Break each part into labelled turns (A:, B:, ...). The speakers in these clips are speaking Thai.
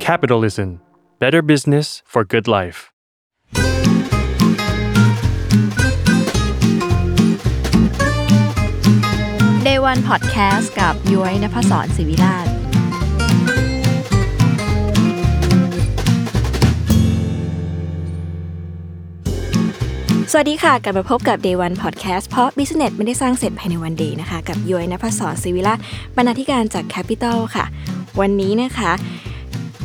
A: Capitalism Better Business for Good Life.
B: Day One Podcast กับย้อยนภศรศิวิราช สวัสดีค่ะ กลับมาพบกับ Day One Podcast เพราะ Business ไม่ได้สร้างเสร็จภายในวันเดย์นะคะ กับย้อยนภศรศิวิราชบรรณาธิการจาก Capital ค่ะ วันนี้นะคะ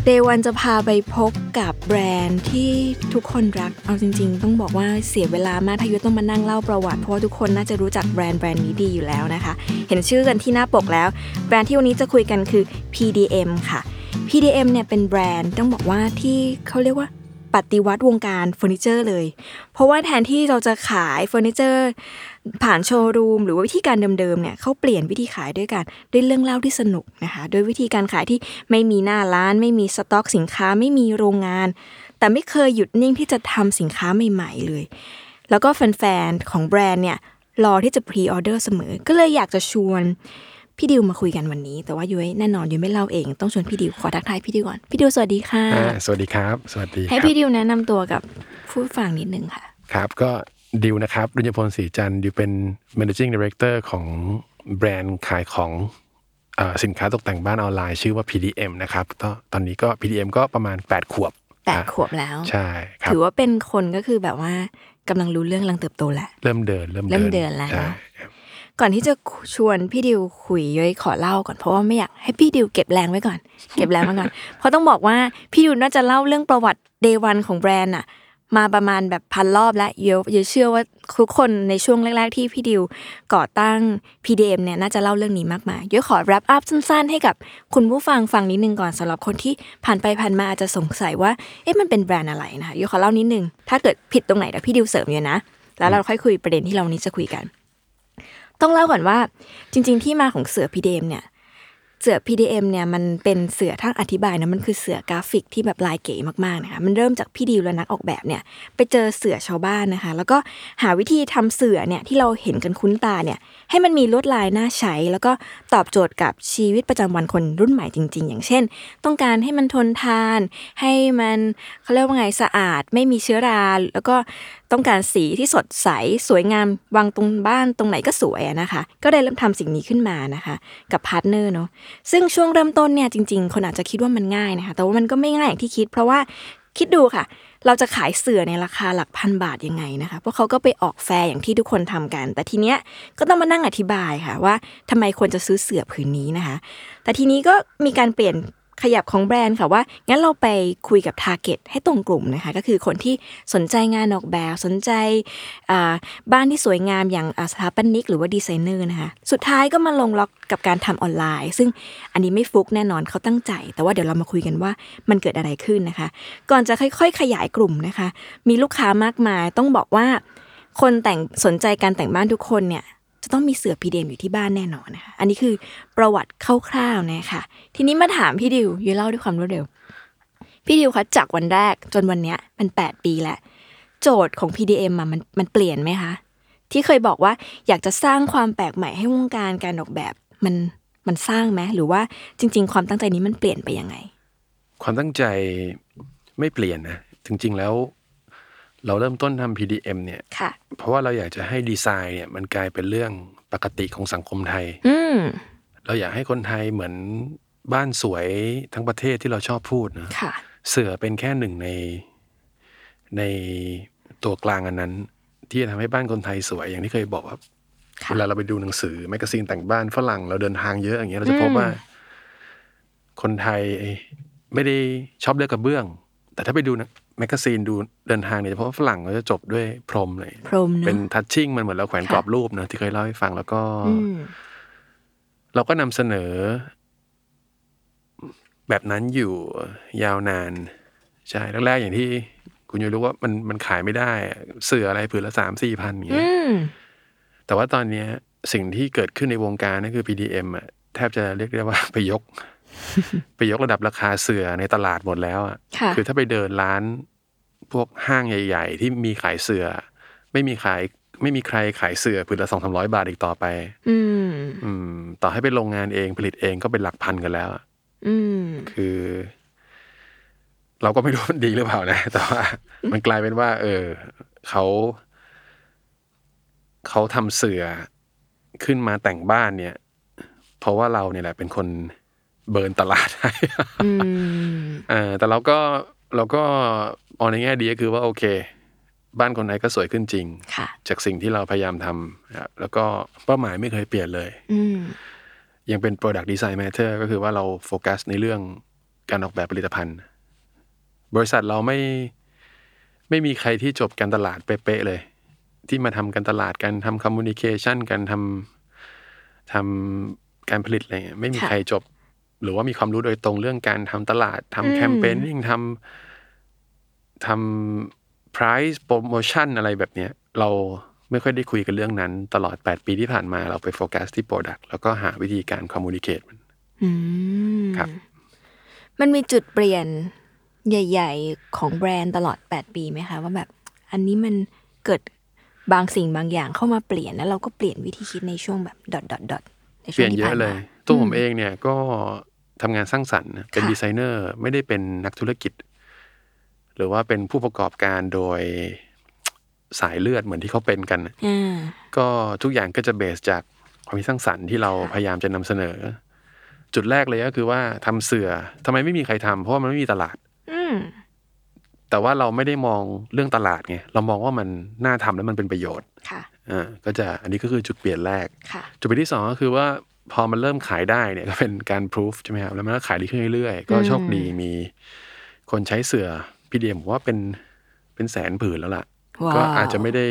B: เดวันจะพาไปพบกับแบรนด์ที่ทุกคนรัก เอาจริงๆ ต้องบอกว่าเสียเวลามากทายุทธต้องมานั่งเล่าประวัติ เพราะว่าทุกคนน่าจะรู้จักแบรนด์แบรนด์นี้ดีอยู่แล้วนะคะ เห็นชื่อกันที่หน้าปกแล้ว แบรนด์ที่วันนี้จะคุยกันคือ PDM ค่ะ PDM เนี่ยเป็นแบรนด์ต้องบอกว่าที่เขาเรียกว่า ปฏิวัติวงการเฟอร์นิเจอร์เลย เพราะว่าแทนที่เราจะขายเฟอร์นิเจอร์ ผ่านโชว์รูม หรือว่าวิธีการเดิมๆเนี่ยเขาเปลี่ยนวิธีขายด้วยการด้วยเรื่องเล่าที่สนุกนะคะด้วยวิธีการขายที่ไม่มีหน้าร้าน ไม่มีสต็อกสินค้าไม่มีโรงงาน แต่ไม่เคยหยุดนิ่งที่จะทำสินค้าใหม่ ๆ เลย แล้วก็แฟนๆของแบรนด์เนี่ยรอที่จะพรีออเดอร์เสมอ ก็เลยอยากจะชวนพี่ดิวมาคุยกันวันนี้ แต่ว่ายุ้ยแน่นอนยุ้ยไม่เล่าเองต้องชวนพี่ดิวขอทักทายพี่ดิวก่อนพี่ดิวสวัสดีค่ะ
C: อ่าสวัสดีครับ สวัสดีค
B: ให้
C: รับ
B: พี่ดิวแนะนำตัวกับผู้ฟังนิดนึงค่ะ
C: ครับ ก็ดิวนะครับดุญพลศรีจันทร์ดิวเป็น managing director ของแบรนด์ขายของเอ่อสินค้าตกแต่งบ้านออนไลน์ชื่อว่า PDM นะครับก็ตอนนี้ก็ PDM ก็ประมาณ 8 ขวบ
B: แปด
C: อ่ะ
B: ขวบแล้ว
C: ใช่ครับ
B: ถือว่าเป็นคนก็คือแบบว่ากำลังรู้เรื่องกำลังเติบโตแหละ
C: เริ่มเดินเริ่ม
B: เริ่
C: เดิ
B: ม
C: น
B: เดินแล้ว
C: ใช่
B: เนอะ ก่อนที่จะชวนพี่ดิวคุยย้อยขอเล่าก่อนเพราะว่าไม่อยากให้พี่ดิวเก็บแรงไว้ก่อน เก็บแรงไว้ก่อน เพราะต้องบอกว่าพี่ดิวน่าจะเล่าเรื่องประวัติเดวันของแบรนด์อะมาประมาณแบบพันรอบแล้วเยอะเยอะเชื่อว่าทุกคนในช่วงแรก ๆ ที่พี่ดิวก่อตั้ง PDM เนี่ยน่าจะเล่าเรื่องนี้มากมายเยอะขอ wrap up สั้น ๆ ให้กับคุณผู้ฟังฟังนิดนึงก่อนสำหรับคนที่ผ่านไปผ่านมาอาจจะสงสัยว่าเอ๊ะมันเป็นแบรนด์อะไรนะคะเยอะขอเล่านิดนึงถ้าเกิดผิดตรงไหนเดี๋ยวพี่ดิวเสริมเยอะนะแล้วเราค่อยคุยประเด็นที่เรานี้จะคุยกัน ต้องเล่าก่อนว่าจริง ๆ ที่มาของเสือ PDM เนี่ย เสือ PDM เนี่ยมันเป็นเสือทั้งอธิบายนะมันคือเสือกราฟิกที่แบบลายเก๋มากๆนะคะมันเริ่มจากพี่ดิวและนักออกแบบเนี่ยไปเจอเสือชาวบ้านนะคะ แล้วก็หาวิธีทำเสือเนี่ยที่เราเห็นกันคุ้นตาเนี่ยให้มันมีลวดลายน่าใช้ แล้วก็ตอบโจทย์กับชีวิตประจำวันคนรุ่นใหม่จริง ๆ อย่างเช่น ต้องการให้มันทนทาน ให้มันเขาเรียกว่าไงสะอาด ไม่มีเชื้อรา แล้วก็ต้องการสีที่สดใสสวยงามวางตรงบ้านตรงไหนก็สวยอะนะคะ ก็ได้เริ่มทำสิ่งนี้ขึ้นมานะคะ กับพาร์ทเนอร์เนาะซึ่งช่วงเริ่มต้นเนี่ยจริง ๆ คนอาจจะคิดว่ามันง่ายนะคะ แต่ว่ามันก็ไม่ง่ายอย่างที่คิด เพราะว่าคิดดูค่ะ เราจะขายเสือในราคาหลักพันบาทยังไงนะคะพวกเขาก็ไปออกแฟร์อย่างที่ทุกคนทำกัน แต่ทีเนี้ยก็ต้องมานั่งอธิบายค่ะว่าทำไมควรจะซื้อเสือผืนนี้นะคะ แต่ทีนี้ก็มีการเปลี่ยนขยับของแบรนด์ค่ะว่า งั้นเราไปคุยกับ t a r g e t ให้ตรงกลุ่มนะคะ ก็คือคนที่สนใจงานออกแบบสนใจอ่าบ้านที่สวยงามอย่างอ่าสถาปนิกหรือว่าดีไซเนอร์นะคะ สุดท้ายก็มาลงล็อกกับการทำออนไลน์ ซึ่งอันนี้ไม่ฟลุกแน่นอนเขาตั้งใจ แต่ว่าเดี๋ยวเรามาคุยกันว่ามันเกิดอะไรขึ้นนะคะ ก่อนจะค่อย ๆ ขยายกลุ่มนะคะ มีลูกค้ามากมายต้องบอกว่า คนแต่งสนใจการแต่งบ้านทุกคนเนี่ย จะต้องมีเสือพีเดมอยู่ที่บ้านแน่นอนนะคะ อันนี้คือประวัติคร่าวๆนะคะ ทีนี้มาถามพี่ดิวยูเล่าด้วยความรวดเร็ว พี่ดิวคะจากวันแรกจนวันเนี้ยมัน 8 ปีแล้ว โจทย์ของ PDM อะมันมันเปลี่ยนไหมคะ ที่เคยบอกว่าอยากจะสร้างความแปลกใหม่ให้วงการการออกแบบมันมันสร้างไหมหรือว่าจริง ๆ ความตั้งใจนี้มันเปลี่ยนไปยังไง
C: ความตั้งใจไม่เปลี่ยนนะจริง ๆ แล้ว เราเริ่มต้นทำ PDM เนี่ย
B: ค่ะ
C: เพราะว่าเราอยากจะให้ดีไซน์เนี่ยมันกลายเป็นเรื่องปกติของสังคมไทย
B: อืม
C: เราอยากให้คนไทยเหมือน บ้านสวยทั้งประเทศที่เราชอบพูดนะ
B: ค่ะ
C: เสือเป็นแค่หนึ่งในในตัวกลางอันนั้น ที่จะทำให้บ้านคนไทยสวยอย่างที่เคยบอกว่า
B: ค่ะ
C: เวลาเราไปดูหนังสือแมกกาซีนแต่งบ้านฝรั่งเราเดินทางเยอะอย่างเงี้ยเราจะพบว่า คนไทยไม่ได้ชอบเลือกกระเบื้อง แต่ถ้าไปดูนะแมกกาซีนดูเดินทางเนี่ยจะพบว่าฝรั่งเขาจะจบด้วยพรมเลย
B: พรมเน
C: เป็
B: อะ
C: นทัชชิ่งมันเหมือนเราแขวนกรอบรูปนะที่เคยเล่าให้ฟังแล้วก็
B: อืม
C: เราก็นำเสนอ แบบนั้นอยู่ยาวนาน ใช่แรกๆอย่างที่ คุณยูรู้ว่ามันมันขายไม่ได้อะเสืออะไรผืนละสามสี่พันอย่าง
B: อื
C: เงี้ย
B: ม
C: แต่ว่าตอนเนี้ยสิ่งที่เกิดขึ้นในวงการนั่นคือ PDM อะแทบจะเรียกได้ว่า ไปย ก ไปยกระดับราคาเสือในตลาดหมดแล้วอะ
B: ค่ะ
C: คือถ้าไปเดินร้านพวกห้างใหญ่ ๆ ที่มีขายเสือ ไม่มีขายไม่มีใครขายเสือผืนละสองสามร้อยบาทอีกต่อไป
B: อืม
C: อืมต่อให้เป็นโรงงานเองผลิตเองก็เป็นหลักพันกันแล้วอะ
B: อืม
C: คือ เราก็ไม่รู้มันดีหรือเปล่านะ แต่ว่า มันกลายเป็นว่า เออเขาเขาทำเสือขึ้นมาแต่งบ้านเนี่ย เพราะว่าเราเนี่ยแหละเป็นคนเบิร์นตลาดให้
B: อืม
C: เออแต่เราก็เราก็มองในแง่ดีก็คือว่า โอเค บ้านคนไหนก็สวยขึ้นจริง
B: ค่ะ
C: จากสิ่งที่เราพยายามทำนะครับแล้วก็เป้าหมายไม่เคยเปลี่ยนเลย
B: อืม
C: ยังเป็น Product Design Matter ก็คือว่าเราโฟกัสในเรื่องการออกแบบผลิตภัณฑ์ บริษัทเราไม่ไม่มีใครที่จบการตลาดเป๊ะๆเลย ที่มาทำการตลาดกันทำคอมมูนิเคชันกันทำทำการผลิตอะไรเงี้ยไม่มี
B: ค่ะ
C: ใครจบ หรือว่ามีความรู้โดยตรงเรื่องการทำตลาด
B: อืม
C: ทำแคมเปญยิ่งทำทำ price promotion อะไรแบบเนี้ย เราไม่ค่อยได้คุยกันเรื่องนั้น ตลอด 8 ปีที่ผ่านมาเราไปโฟกัสที่ Product แล้วก็หาวิธีการ communicate มัน
B: อืม
C: ครับ
B: มันมีจุดเปลี่ยนใหญ่ ๆ ของแบรนด์ตลอด 8 ปีไหมคะ ว่าแบบ อันนี้มันเกิดบางสิ่งบางอย่างเข้ามาเปลี่ยนแล้วเราก็เปลี่ยนวิธีคิดในช่วงแบบดอทดอทดอทใน
C: เป
B: ช่ว
C: ลี่ย
B: ง
C: น
B: ที่
C: เยอะ
B: ผ่าน
C: เล
B: มาย
C: ตัวผมเองเนี่ยก็ทำงานสร้างสรรค์นะเป็น
B: ค่ะ
C: ดีไซเนอร์ไม่ได้เป็นนักธุรกิจ หรือว่าเป็นผู้ประกอบการโดยสายเลือดเหมือนที่เขาเป็นกันน่ะ
B: อ่า
C: ก็ทุกอย่างก็จะเบสจากความคิดสร้างสรรค์ที่เราพยายามจะนำเสนอ จุดแรกเลยก็คือว่าทำเสือทำไมไม่มีใครทำเพราะว่ามันไม่มีตลาด
B: อืม
C: แต่ว่าเราไม่ได้มองเรื่องตลาดไงเรามองว่ามันน่าทำและมันเป็นประโยชน์
B: ค่ะ
C: อ่าก็จะอันนี้ก็คือจุดเปลี่ยนแรก
B: ค่ะ
C: จุดเปลี่ยนที่สองก็คือว่าพอมันเริ่มขายได้เนี่ยก็เป็นการพิสูจใช่ไหมครับแล้วมันก็ขายดีขึ้นเรื่อยๆ ก็โชคดีมี คนใช้เสือพี่เดียมผมว่าเป็นเป็นแสนผืนแล้วล่ะ
B: ว้าว
C: ก็อาจจะไม่ได้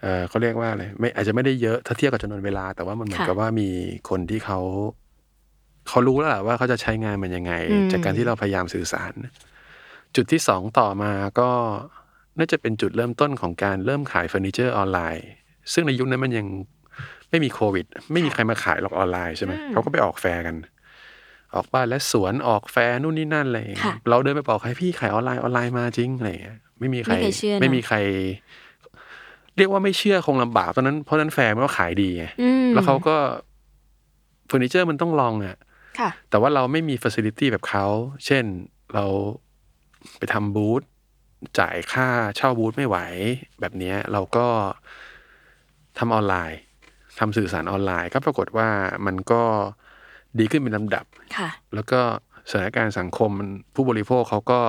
C: เออเขาเรียกว่าอะไรไม่อาจจะไม่ได้เยอะถ้าเทียบกับจำนวนเวลา แต่ว่ามันเหมือน
B: ค่ะ
C: กับว่ามีคนที่เขาเขารู้แล้วล่ะว่าเขาจะใช้งานมันยังไง
B: อืม
C: จากการที่เราพยายามสื่อสาร จุดที่สองต่อมาก็น่าจะเป็นจุดเริ่มต้นของการเริ่มขายเฟอร์นิเจอร์ออนไลน์ ซึ่งในยุคนั้นมันยังไม่มีโควิด ไม่มีใครมาขายหรอกออนไลน์ใช่ไหมเขาก็ไปออกแฟร์กัน ออกบ้านและสวนออกแฟร์นู่นนี่นั่นอะไรอย่างเลย
B: ค่ะ
C: เราเดินไปบอกให้พี่ขายออนไลน์ออนไลน์มาจริงอะไรอย่างเงี้ยไม่มีใคร
B: ไม่เคยเชื่อนะ
C: ไม่มีใคร เรียกว่าไม่เชื่อคงลำบากตอนนั้นเพราะฉะนั้นแฟร์มันก็ขายดีไง
B: อืม
C: แล้วเขาก็เฟอร์นิเจอร์มันต้องลองอ่ะ
B: ค่ะ
C: แต่ว่าเราไม่มีฟัสซิลิตี้แบบเขา เช่นเราไปทำบูธจ่ายค่าเช่าบูธไม่ไหว แบบเนี้ยเราก็ทำออนไลน์ทำสื่อสารออนไลน์ ก็ปรากฏว่ามันก็ดีขึ้นเป็นลำดับ
B: ค่ะ
C: แล้วก็สถานการณ์สังคมมันผู้บริโภคเขาก็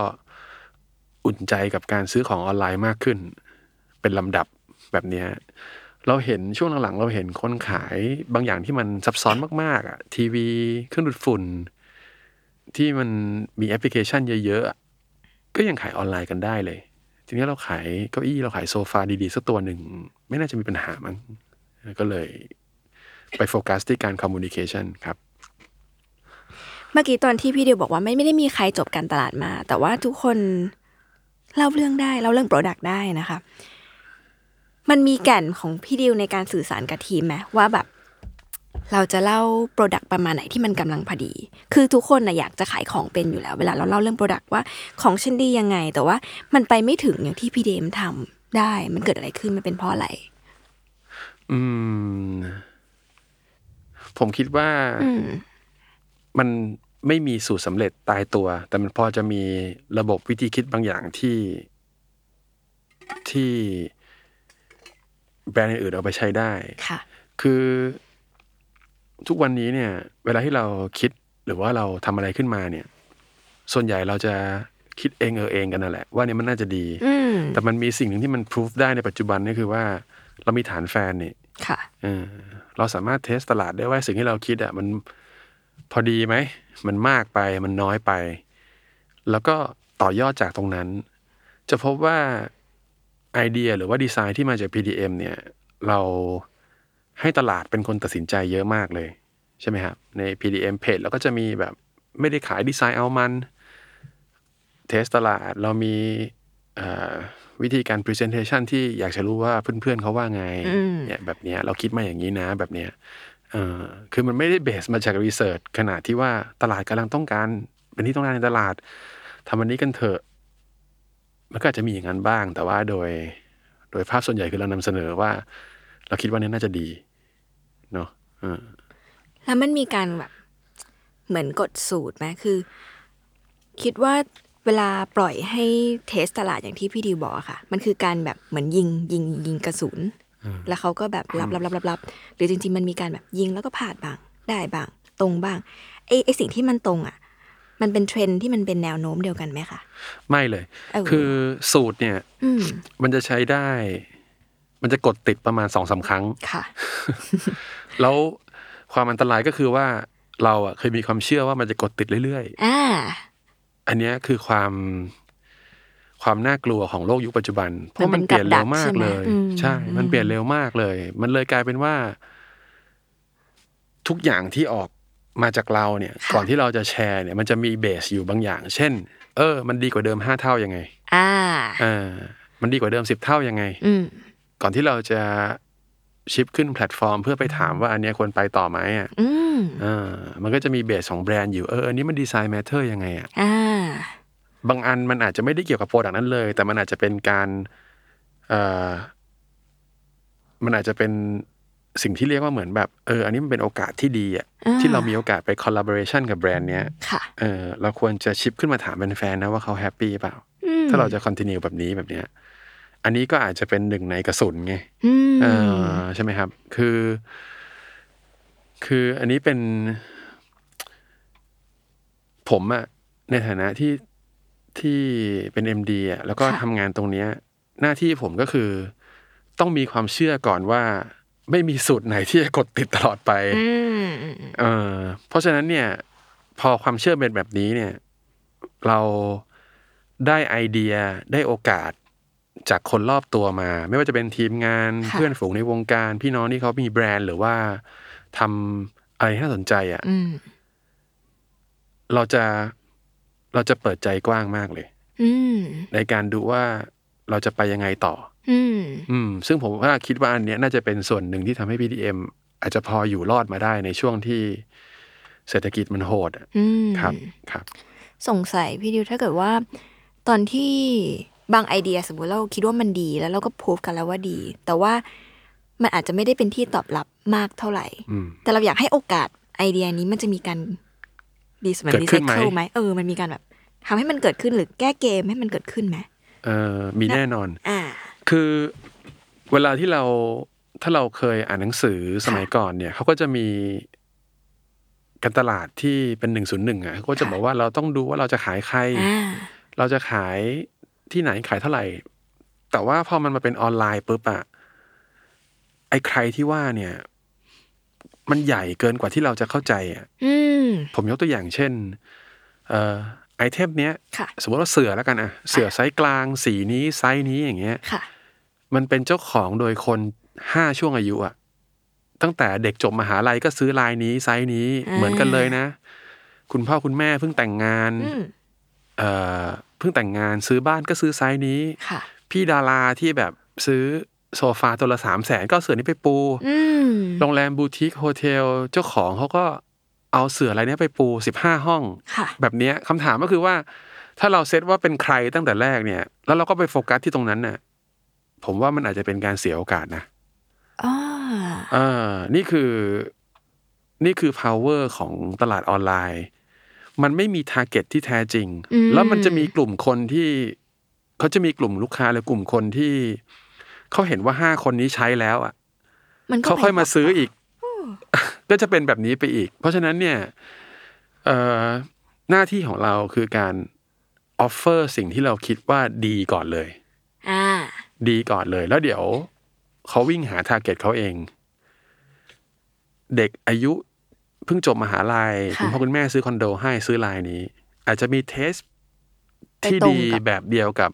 C: อุ่นใจกับการซื้อของออนไลน์มากขึ้น เป็นลำดับแบบเนี้ยเราเห็นช่วงหลังๆ เราเห็นคนขายบางอย่างที่มันซับซ้อนมากๆอ่ะทีวีเครื่องดูดฝุ่น ที่มันมีแอปพลิเคชันเยอะๆอะก็ยังขายออนไลน์กันได้เลย ทีนี้เราขายเก้าอี้เราขายโซฟาดีๆ สักตัวหนึ่ง ไม่น่าจะมีปัญหามั้งก็เลยไปโฟกัสที่การคอมมูนิเคชันครับ
B: เมื่อกี้ตอนที่พี่เดียวบอกว่าไม่ไม่ได้มีใครจบการตลาดมา แต่ว่าทุกคนเล่าเรื่องได้เล่าเรื่องโปรดักต์ได้นะคะ มันมีแก่นของพี่ดิวในการสื่อสารกับทีมไหมว่าแบบ เราจะเล่าโปรดักต์ประมาณไหนที่มันกำลังพอดี คือทุกคนนะอยากจะขายของเป็นอยู่แล้ว เวลาเราเล่าเรื่องโปรดักต์ว่าของฉันดียังไง แต่ว่ามันไปไม่ถึงอย่างที่พี่เดมทำได้ มันเกิดอะไรขึ้นมันเป็นเพราะอะไร
C: อืม ผมคิดว่ามันไม่มีสูตรสำเร็จตายตัว แต่มันพอจะมีระบบวิธีคิดบางอย่างที่ที่แบรนด์อื่นๆเอาไปใช้ได้
B: ค่ะ
C: คือ ทุกวันนี้เนี่ย เวลาที่เราคิดหรือว่าเราทำอะไรขึ้นมาเนี่ย ส่วนใหญ่เราจะคิดเองเออเองกันนั่นแหละ ว่าเนี่ยมันน่าจะดี
B: อืม
C: แต่มันมีสิ่งหนึ่งที่มันพิสูจได้ในปัจจุบันนี่คือว่าเรามีฐานแฟนเนี่ย
B: ค่ะ
C: เออเราสามารถเทสตลาดได้ว่าสิ่งที่เราคิดอ่ะมันพอดีไหม มันมากไปมันน้อยไป แล้วก็ต่อยอดจากตรงนั้น จะพบว่าไอเดียหรือว่าดีไซน์ที่มาจาก PDM เนี่ย เราให้ตลาดเป็นคนตัดสินใจเยอะมากเลย ใช่ไหมครับ ใน PDM page เราก็จะมีแบบไม่ได้ขายดีไซน์เอามัน เทสตลาดเรามีเอ่อวิธีการ Presentation ที่อยากจะรู้ว่าเพื่อนๆเขาว่าไง
B: อืม
C: เนี่ยแบบเนี้ยเราคิดมาอย่างนี้นะแบบเนี้ยเอ่อคือมันไม่ได้เบสมาจากรีเสิร์ชขนาดที่ว่าตลาดกำลังต้องการ เป็นที่ต้องการในตลาดทำอันนี้กันเถอะ มันก็อาจจะมีอย่างนั้นบ้าง แต่ว่าโดย โดยภาพส่วนใหญ่คือเรานำเสนอว่า เราคิดว่าเนี้น่าจะดีเนาะเออ
B: แล้วมันมีการแบบเหมือนกดสูตรไหมคือ คิดว่าเวลาปล่อยให้เทสตลาดอย่างที่พี่ดิวบอกอะค่ะ มันคือการแบบเหมือนยิงยิงยิงกระสุน แล้วเขาก็แบบรับรับรับรับรับหรือจริง ๆ มันมีการแบบยิงแล้วก็พลาดบ้าง ได้บ้าง ตรงบ้างไอไอสิ่งที่มันตรงอะมันเป็นเทรนด์ที่มันเป็นแนวโน้มเดียวกันไหมคะ
C: ไม่เลย
B: เออ
C: คือสูตรเนี่ย
B: อืม
C: มันจะใช้ได้ มันจะกดติดประมาณสองสาครั้ง
B: ค่ะ
C: แล้วความอันตรายก็คือว่าเราอะเคยมีความเชื่อว่ามันจะกดติดเรื่อย
B: อ่า
C: ๆ อันเนี้ยคือความความน่ากลัวของโลกยุคปัจจุบัน เพราะ
B: มั
C: มัน
B: น
C: เป
B: เป็น
C: ลี่ย
B: กั
C: นเร็ว
B: บดัก
C: มา
B: ใช่
C: ก
B: ไหม
C: เลย
B: อืม
C: ใช่ มันเปลี่ยนเร็วมากเลย มันเลยกลายเป็นว่า ทุกอย่างที่ออกมาจากเราเนี่ย ก่อนที่เราจะแชร์เนี่ย มันจะมีเบสอยู่บางอย่าง เช่น เออ มันดีกว่าเดิมห้าเท่ายังไง
B: อ่า
C: เออมันดีกว่าเดิมสิบเท่ายังไง
B: อืม
C: ก่อนที่เราจะชิปขึ้นแพลตฟอร์ม เพื่อไปถามว่าอันเนี้ยควรไปต่อไหมอ่ะ
B: อืม
C: เออมันก็จะมีเบสของแบรนด์อยู่เอออันนี้มันดีไซน์แมทเทอร์ยังไงอ่ะ
B: อ่า
C: บางอันมันอาจจะไม่ได้เกี่ยวกับโปรดักต์นั้นเลย แต่มันอาจจะเป็นการเออมันอาจจะเป็นสิ่งที่เรียกว่าเหมือนแบบเอออันนี้มันเป็นโอกาสที่ดีอ่ะ
B: อ่า
C: ที่เรามีโอกาสไปคอลลาบอร์ชันกับแบรนด์เนี้ย
B: ค่ะ
C: เออเราควรจะชิปขึ้นมาถามแฟนๆนะว่าเขาแฮปปี้เปล่า
B: อืม
C: ถ้าเราจะคอนติเนียแบบนี้แบบเนี้ยอันนี้ก็อาจจะเป็นหนึ่งในกระสุนไง
B: อืม
C: เออใช่ไหมครับ คือ คืออันนี้เป็น ผมอะในฐานะที่ที่เป็น MD อะแล้วก็ทำงานตรงเนี้ย หน้าที่ผมก็คือ ต้องมีความเชื่อก่อนว่า ไม่มีสูตรไหนที่จะกดติดตลอดไป
B: อืมอืม
C: เออเพราะฉะนั้นเนี่ย พอความเชื่อเป็นแบบนี้เนี่ย เราได้ไอเดียได้โอกาสจากคนรอบตัวมา ไม่ว่าจะเป็นทีมงาน
B: ค่ะ
C: เพื่อนฝูงในวงการ พี่น้องที่เขามีแบรนด์หรือว่าทำอะไรที่น่าสนใจอะ่ะ
B: อืม
C: เราจะเราจะเปิดใจกว้างมากเลย
B: อืม
C: ในการดูว่าเราจะไปยังไงต่อ
B: อืม
C: อืมซึ่งผมว่าคิดว่าอันเนี้ยน่าจะเป็นส่วนหนึ่งที่ทำให้ PDM อาจจะพออยู่รอดมาได้ในช่วงที่เศรษฐกิจมันโหดอะ
B: อืม
C: ครับครับ
B: สงสัยพี่ดิวถ้าเกิดว่า ตอนที่บางไอเดียสมมติเราคิดว่ามันดีแล้วเราก็พูดกันแล้วว่าดี แต่ว่ามันอาจจะไม่ได้เป็นที่ตอบรับมากเท่าไหร่
C: อืม
B: แต่เราอยากให้โอกาสไอเดียนี้มันจะมีการดีสมัน
C: เกิด
B: ดี
C: ขึ้
B: ไซ
C: นไหม
B: เคิลไหมเออมันมีการแบบทำให้มันเกิดขึ้นหรือแก้เกมให้มันเกิดขึ้นไหม
C: เออมีแน่นอน
B: อ่า
C: คือเวลาที่เราถ้าเราเคยอ่านหนังสือสมัยก่อนเนี่ยเขาก็จะมีการตลาดที่เป็นหนึ่งศูนย์หนึ่งอ่ะเขาก็จะบอกว่าเราต้องดูว่าเราจะขายใคร
B: อ่า
C: เราจะขายที่ไหนขายเท่าไหร่ แต่ว่าพอมันมาเป็นออนไลน์ปุ๊บอะไอ้ใครที่ว่าเนี่ย มันใหญ่เกินกว่าที่เราจะเข้าใจอะ
B: อืม
C: ผมยกตัวอย่างเช่น เอ่อไอเทมเนี้ย
B: ค่ะ
C: สมมติว่าเสือแล้วกันอะเสือไซส์กลาง สีนี้ไซส์นี้อย่างเงี้ย
B: ค่ะ
C: มันเป็นเจ้าของโดยคนห้าช่วงอายุอะตั้งแต่เด็กจบมหาลัยก็ซื้อลายนี้ไซส์นี้
B: อ่า
C: เหมือนกันเลยนะ คุณพ่อคุณแม่เพิ่งแต่งงาน
B: อืม
C: เอ่อเพิ่งแต่งงานซื้อบ้านก็ซื้อไซส์นี้
B: ค่ะ
C: พี่ดาราที่แบบซื้อโซฟาตัวละสามแสนก็เอาเสือนี้ไปปู
B: อืม
C: โรงแรมบูติกโฮเทลเจ้าของเขาก็เอาเสืออะไรเนี้ยไปปูสิบห้าห้อง
B: ค่ะ
C: แบบเนี้ยคำถามก็คือว่า ถ้าเราเซตว่าเป็นใครตั้งแต่แรกเนี่ย แล้วเราก็ไปโฟกัสที่ตรงนั้นน่ะ ผมว่ามันอาจจะเป็นการเสียโอกาสนะ
B: อ่า
C: เออนี่คือนี่คือ power ของตลาดออนไลน์ มันไม่มี target ที่แท้จริง
B: อืม
C: แล้วมันจะมีกลุ่มคนที่เขาจะมีกลุ่มลูกค้าหรือกลุ่มคนที่เขาเห็นว่าห้าคนนี้ใช้แล้วอ่ะ
B: มันก็
C: เขาค่อยมาซื้ออีก ก็จะเป็นแบบนี้ ไปอีก เพราะฉะนั้นเนี่ยเอ่อหน้าที่ของเราคือการออฟเฟอร์สิ่งที่เราคิดว่าดีก่อนเลย
B: อ่า
C: ดีก่อนเลยแล้วเดี๋ยวเขาวิ่งหาทาร์เก็ตเขาเอง เด็กอายุเพิ่งจบมหาลัย
B: ค่ะ
C: คุณพ่อคุณแม่ซื้อคอนโดให้ซื้อลายนี้ อาจจะมีเทสที่
B: ไปตรง
C: ดี
B: กับ
C: แบบเดียวกับ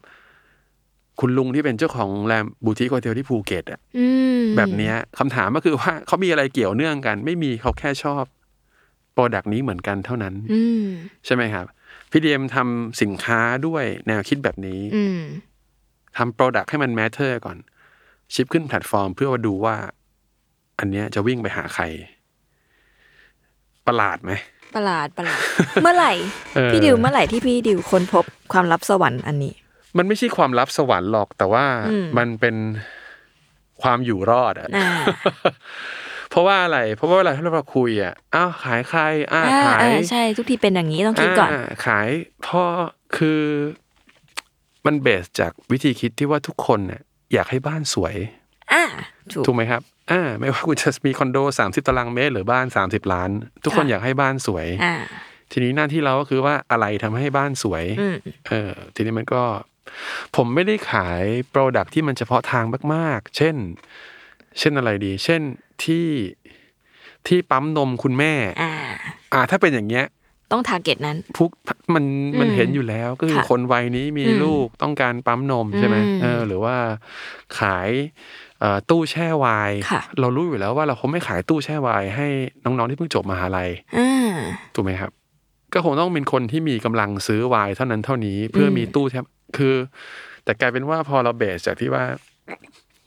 C: คุณลุงที่เป็นเจ้าของแรมบูติกโฮเทลที่ภูเก็ตอะ
B: อืม
C: แบบเนี้ยคำถามก็คือว่า เขามีอะไรเกี่ยวเนื่องกัน ไม่มีเขาแค่ชอบโปรดักต์นี้เหมือนกันเท่านั้น
B: อืม
C: ใช่ไหมครับ พี่เดียมทำสินค้าด้วยแนวคิดแบบนี้
B: อืม
C: ทำ Product ให้มัน Matter ก่อน ชิปขึ้นแพลตฟอร์มเพื่อว่าดูว่า อันเนี้ยจะวิ่งไปหาใคร ประหลาดไหม
B: ประหลาดประหลาด เมื่อไหร่
C: เออ
B: พี่ ดิวเมื่อไหร่ที่พี่ดิวค้นพบความลับสวรรค์อันนี้
C: มันไม่ใช่ความลับสวรรค์หรอก แต่ว่า
B: อืม
C: มันเป็นความอยู่รอดอะ
B: อ่ า
C: เพราะว่าอะไร เพราะว่าเวลาที่เราคุยอะอ้าวขายใครอ้า
B: อ่า
C: ขาย
B: อ่าใช่ทุกทีเป็นอย่างนี้ต้องคิดก่อน
C: าขายเพราะคือมันเบสจากวิธีคิดที่ว่าทุกคนเนี่ยอยากให้บ้านสวย
B: อ่าถูก
C: ถูกไหมครับ อ่า ไม่ว่าคุณจะมีคอนโด 30 ตารางเมตร หรือบ้าน 30 ล้าน ทุกคน
B: ค่ะ
C: อยากให้บ้านสวย
B: อ่า
C: ทีนี้หน้าที่เราก็คือว่าอะไรทำให้บ้านสวย
B: อืม
C: เออ ทีนี้มันก็ ผมไม่ได้ขายโปรดักที่มันเฉพาะทางมาก ๆ เช่น เช่นอะไรดี เช่นที่ที่ปั๊มนมคุณแม่
B: อ่า
C: อ่า ถ้าเป็นอย่างเงี้ย
B: ต้องทาร์เก็ตนั้น
C: พวกมันมัน
B: อืม
C: เห็นอยู่แล้วก็คือ
B: ค่ะ
C: คนวัยนี้มี
B: อืม
C: ลูกต้องการปั๊มนมใช่ไหม
B: อืม
C: เออหรือว่าขายเอ่อตู้แช่วาย
B: ค่ะ
C: เรารู้อยู่แล้วว่าเราคงไม่ขายตู้แช่วายให้น้องๆที่เพิ่งจบมหาลัย
B: อ่า
C: ถูกไหมครับ ก็คงต้องเป็นคนที่มีกำลังซื้อวายเท่านั้นเท่านี้เพื่ออ
B: ม
C: มีตู้แช่คือ แต่กลายเป็นว่าพอเราเบสจากที่ว่า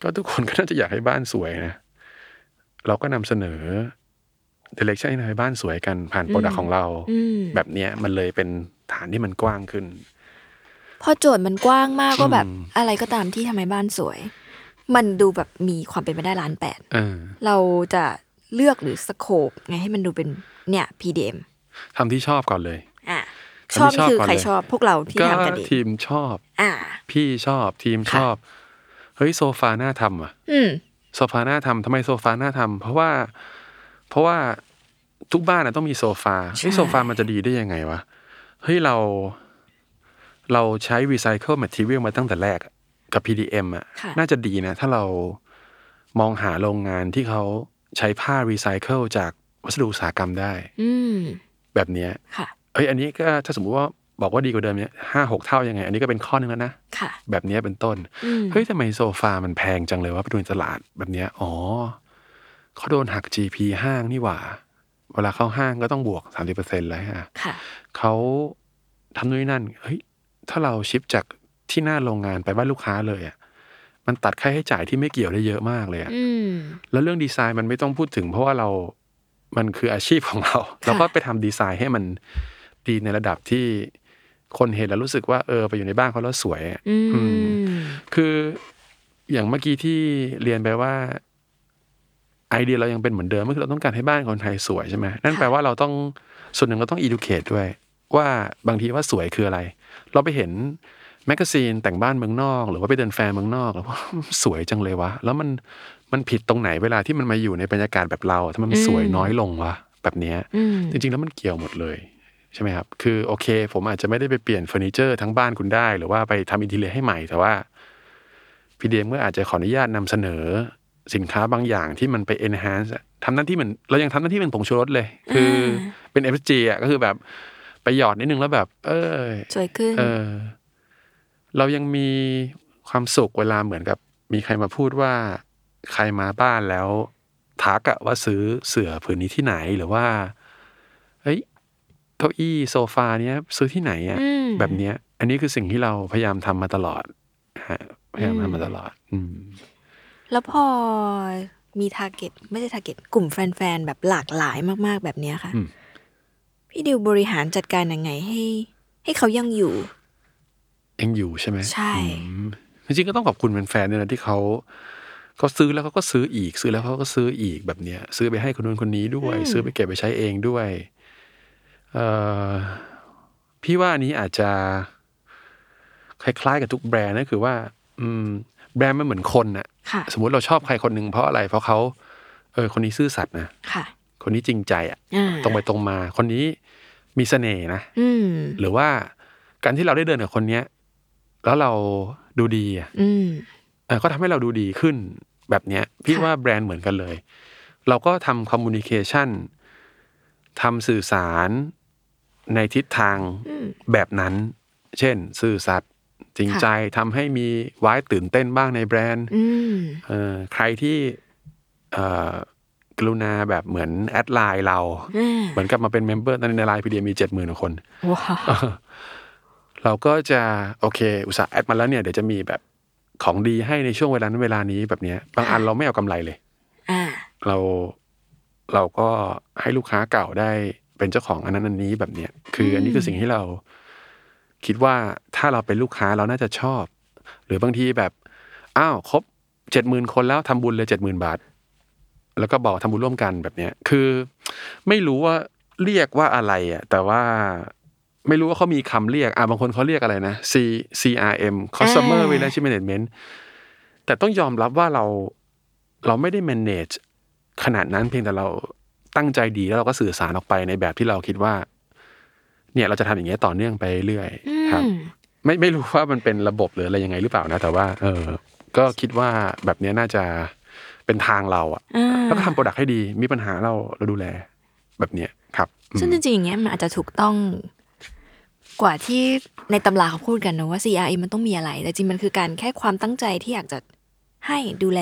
C: ก็ทุกคนก็น่าจะอยากให้บ้านสวยนะเราก็นำเสนอเดเรคชั่นให้บ้านสวยกันผ่านโปรดักของเรา
B: อืม
C: แบบเนี้ยมันเลยเป็นฐานที่มันกว้างขึ้น
B: เพอโจทย์มันกว้างมากว่าแบบอะไรก็ตามที่ทำให้บ้านสวย มันดูแบบมีความเป็นไปได้ล้านแปด
C: เออ
B: เราจะเลือกหรือสโคปไงให้มันดูเป็นเนี่ย PDM
C: ทำที่ชอบก่อนเลย
B: อ่ะ
C: อั
B: ช
C: น
B: อบ
C: นี้
B: นี่
C: ชอบ
B: คือ
C: ก่อน
B: ใคร
C: เลย
B: ชอบพวกเราที่
C: ก็
B: ทำกันเอง
C: ทีมชอบ
B: อ่า
C: พี่ชอบ ทีมชอบ เฮ้ยโซฟาน่าทำอ่ะ
B: อืม
C: โซฟาน่าทำทำไมโซฟาน่าทำเพราะว่า เพราะว่าทุกบ้านน่ะต้องมีโซฟา
B: ใช่
C: เฮ้ยโซฟามันจะดีได้ยังไงวะเฮ้ยเรา เราใช้รีไซเคิลแมทเทียลมาตั้งแต่แรกอะกับ PDM อ่ะ
B: ค่ะ
C: น่าจะดีนะ ถ้าเรามองหาโรงงานที่เขาใช้ผ้ารีไซเคิลจากวัสดุอุตสาหกรรมได้
B: อืม
C: แบบเนี้ย
B: ค่ะ
C: เอ้ยอันนี้ก็ถ้าสมมุติว่าบอกว่าดีกว่าเดิมเนี่ยห้าหกเท่ายังไง อันนี้ก็เป็นข้อหนึงแล้วนะ
B: ค่ะ
C: แบบเนี้ยเป็นต้น
B: อืม
C: เฮ้ยทำไมโซฟามันแพงจังเลยว่าไปดูในตลาดแบบเนี้ยอ๋อเขาโดนหัก GP ห้างนี่หว่า เวลาเข้าห้างก็ต้องบวก 30%เเลยฮะ
B: ค่ะ
C: เขาทำนู่นนนั่นเฮ้ยถ้าเราชิปจากที่หน้าโรงงานไปบ้านลูกค้าเลยอ่ะมันตัดค่าใช้จ่ายที่ไม่เกี่ยวได้เยอะมากเลยอะ
B: อืม
C: แล้วเรื่องดีไซน์มันไม่ต้องพูดถึง เพราะว่าเรา มันคืออาชีพของเรา เราก็ไปทำดีไซน์ให้มันดีในระดับที่คนเห็นแล้วรู้สึกว่าเออไปอยู่ในบ้านเขาแล้วสวยอะ
B: อื
C: อืม
B: ม
C: คืออย่างเมื่อกี้ที่เรียนไปว่า ไอเดียเรายังเป็นเหมือนเดิมก็คือเราต้องการให้บ้านคนไทยสวยใช่ไหมนั่นแปลว่าเราต้องส่วนหนึ่งเราต้อง educate ด้วย ว่าบางทีว่าสวยคืออะไร เราไปเห็นแมกกาซีนแต่งบ้านเมืองนอก หรือว่าไปเดินแฟร์เมืองนอกแล้ว ว่า สวยจังเลยวะ แล้วมันมันผิดตรงไหนเวลาที่มันมาอยู่ในบรรยากาศแบบเราทำไมมันสวยน้อยลงวะแบบเนี้ย
B: อืม
C: จริงๆแล้วมันเกี่ยวหมดเลยใช่ไหมครับ คือโอเค ผมอาจจะไม่ได้ไปเปลี่ยนเฟอร์นิเจอร์ทั้งบ้านคุณได้ หรือว่าไปทำอินทีเรียให้ใหม่แต่ว่า พีเดียมก็อาจจะขออนุญาตนำเสนอสินค้าบางอย่างที่มันไป enhance อะทำหน้าที่เหมือนเรายังทำหน้าที่เป็นผงชูรสเลย คืออเป็น FG อ่ะก็คือแบบไปหยอดนิดนึงแล้วแบบ เออ
B: สวยขึ้น
C: เออ เรายังมีความสุขเวลาเหมือนกับ มีใครมาพูดว่า ใครมาบ้านแล้วทักอะว่าซื้อเสื่อผืนนี้ที่ไหนหรือว่าเฮ้ยเก้าอี้โซฟาเนี้ย ซื้อที่ไหนอะ
B: อืม
C: แบบเนี้ย อันนี้คือสิ่งที่เราพยายามทำมาตลอดฮะพยายามทำมาตลอด อืม
B: แล้วพอมีทาร์เก็ตไม่ใช่ทาร์เก็ตกลุ่มแฟนๆ แบบหลากหลายมากๆแบบเนี้ยค่ะ
C: อืม
B: พี่ดิวบริหารจัดการยังไงให้ ให้เขายังอยู่
C: เองอยู่ใช่ไหม
B: ใช่
C: อืมจริงๆก็ต้องขอบคุณแฟนๆด้วยนะที่เขาเขาซื้อแล้วเขาก็ซื้ออีก ซื้อแล้วเขาก็ซื้ออีกแบบเนี้ย ซื้อไปให้คนนู้นคนนี้ด้วย ซื้อไปเก็บไปใช้เองด้วยเออพี่ว่าอันนี้อาจจะ คล้ายๆกับทุกแบรนด์นะคือว่า อืม แบรนด์มันเหมือนคนน่ะ
B: ค่ะ
C: สมมติเราชอบใครคนหนึ่งเพราะอะไร เพราะเขาเอ อคนนี้ซื่อสัตย์นะ
B: ค่ะ
C: คนนี้จริงใจอ่ะ
B: อ่า
C: ตรงไปตรงมา คนนี้มีเสน่ห์นะ
B: อืม
C: หรือว่าการที่เราได้เดินกับคนเนี้ยแล้วเราดูดีอ่ะ
B: อืม
C: เออก็ทำให้เราดูดีขึ้นแบบเนี้ย พี่
B: ค่ะ
C: ว่าแบรนด์เหมือนกันเลย เราก็ทำคอมมูนิเคชันทำสื่อสารในทิศทางแบบนั้น เช่น สื่อสัตย์จริงใจทำให้มีไว้ตื่นเต้นบ้างในแบรนด์
B: อืม
C: เอ่อใครที่เอ่อกรุณาแบบเหมือนแอดไลน์เรา
B: อ่า
C: เหมือนกับมาเป็นเมมเบอร์ในไลน์พีดีมีเจ็ดหมื่นคน
B: ว้าว
C: เราก็จะโอเค อุตส่าห์แอดมาแล้วเนี่ยเดี๋ยวจะมีแบบของดีให้ในช่วงเวลานั้นเวลานี้แบบเนี้ยบางอันเราไม่เอากำไรเลย
B: อ่า
C: เราเราก็ให้ลูกค้าเก่าได้เป็นเจ้าของอันนั้นอันนี้แบบเนี้ยคืออันนี้คือสิ่งที่เราคิดว่าถ้าเราเป็นลูกค้าเราน่าจะชอบ หรือบางทีแบบอ้าวครบเจ็ดหมื่นคนแล้วทำบุญเลยเจ็ดหมื่นบาท แล้วก็บอกทำบุญร่วมกันแบบเนี้ยคือ ไม่รู้ว่าเรียกว่าอะไรอ่ะแต่ว่าไม่รู้ว่าเขามีคำเรียกอ่ะบางคนเขาเรียกอะไรนะ C C R M Customer
B: อ่า
C: Relationship Management แต่ต้องยอมรับว่าเราเราไม่ได้ manage ขนาดนั้นเพียงแต่เราตั้งใจดีแล้วเราก็สื่อสารออกไปในแบบที่เราคิดว่า เนี่ยเราจะทำอย่างเงี้ยต่อเนื่องไปเรื่อยครั
B: อื
C: บ
B: ม
C: ไม่ไม่รู้ว่ามันเป็นระบบหรืออะไรยังไงหรือเปล่านะ แต่ว่า เออ ก็คิดว่าแบบเนี้ยน่าจะเป็นทางเราอะ
B: อ่า
C: แล้วก็ทำโปรดักต์ให้ดีมีปัญหาเราเราดูแล แบบเนี้ยครับอืม
B: ซึ่งจริงๆอย่างเงี้ยมันอาจจะถูกต้อง กว่าที่ในตำราเขาพูดกันนะว่า CRE มันต้องมีอะไร แต่จริงมันคือการแค่ความตั้งใจที่อยากจะให้ดูแล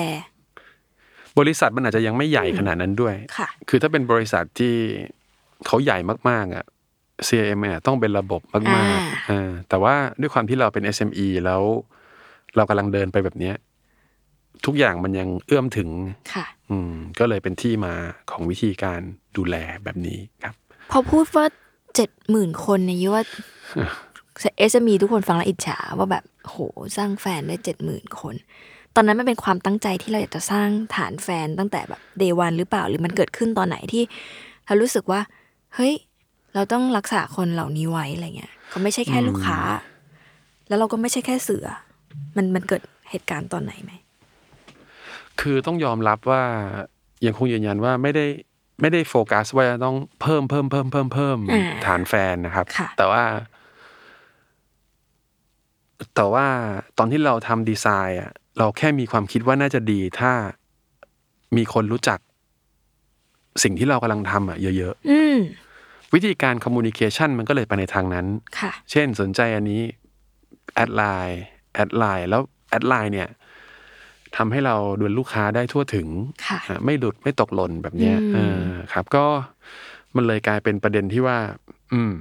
C: บริษัทมันอาจจะยังไม่ใหญ่ขนาดนั้นด้วย
B: ค่ะ
C: คือถ้าเป็นบริษัทที่เขาใหญ่มาก ๆอ่ะ CM เนี่ยต้องเป็นระบบม
B: อ่า
C: ากๆอ่าแต่ว่าด้วยความที่เราเป็น SME แล้ว เรากำลังเดินไปแบบเนี้ย ทุกอย่างมันยังเอื้อมถึง
B: ค่ะ
C: อืม ก็เลยเป็นที่มาของวิธีการดูแลแบบนี้ครับ
B: พอพูดว่าเจ็ดหมื่นคนเนี่ยยี่ว่าเอสมีทุกคนฟังแล้วอิจฉาว่าแบบโหสร้างแฟนได้เจ็ดหมื่นคน ตอนนั้นมันเป็นความตั้งใจที่เราอยากจะสร้างฐานแฟนตั้งแต่แบบเดวันหรือเปล่าหรือมันเกิดขึ้นตอนไหนที่เรารู้สึกว่า เฮ้ย เราต้องรักษาคนเหล่านี้ไว้อะไรเงี้ยเขาไม่ใช่แค่ลูกค้า แล้วเราก็ไม่ใช่แค่เสือ มันมันเกิดเหตุการณ์ตอนไหนไหม
C: คือต้องยอมรับว่ายังคงยืนยันว่าไม่ได้ไม่ได้โฟกัสว่าจะต้องเพิ่มเพิ่มเพิ่มเพิ่มเพิ่มฐานแฟนนะครับ
B: ค่ะ
C: แต่ว่า แต่ว่าตอนที่เราทำดีไซน์อ่ะ เราแค่มีความคิดว่าน่าจะดีถ้ามีคนรู้จัก สิ่งที่เรากำลังทำอ่ะเยอะ
B: อืม
C: ๆ วิธีการคอมมูนิเคชันมันก็เลยไปในทางนั้น
B: ค่ะ
C: เช่นสนใจอันนี้แอดไลน์แอดไลน์แล้วแอดไลน์เนี่ยทำให้เราดูแลลูกค้าได้ทั่วถึง
B: ค่ะ
C: อ่ะไม่หลุดไม่ตกหล่นแบบเนี้ย
B: อืม
C: เออครับ ก็มันเลยกลายเป็นประเด็นที่ว่า อืม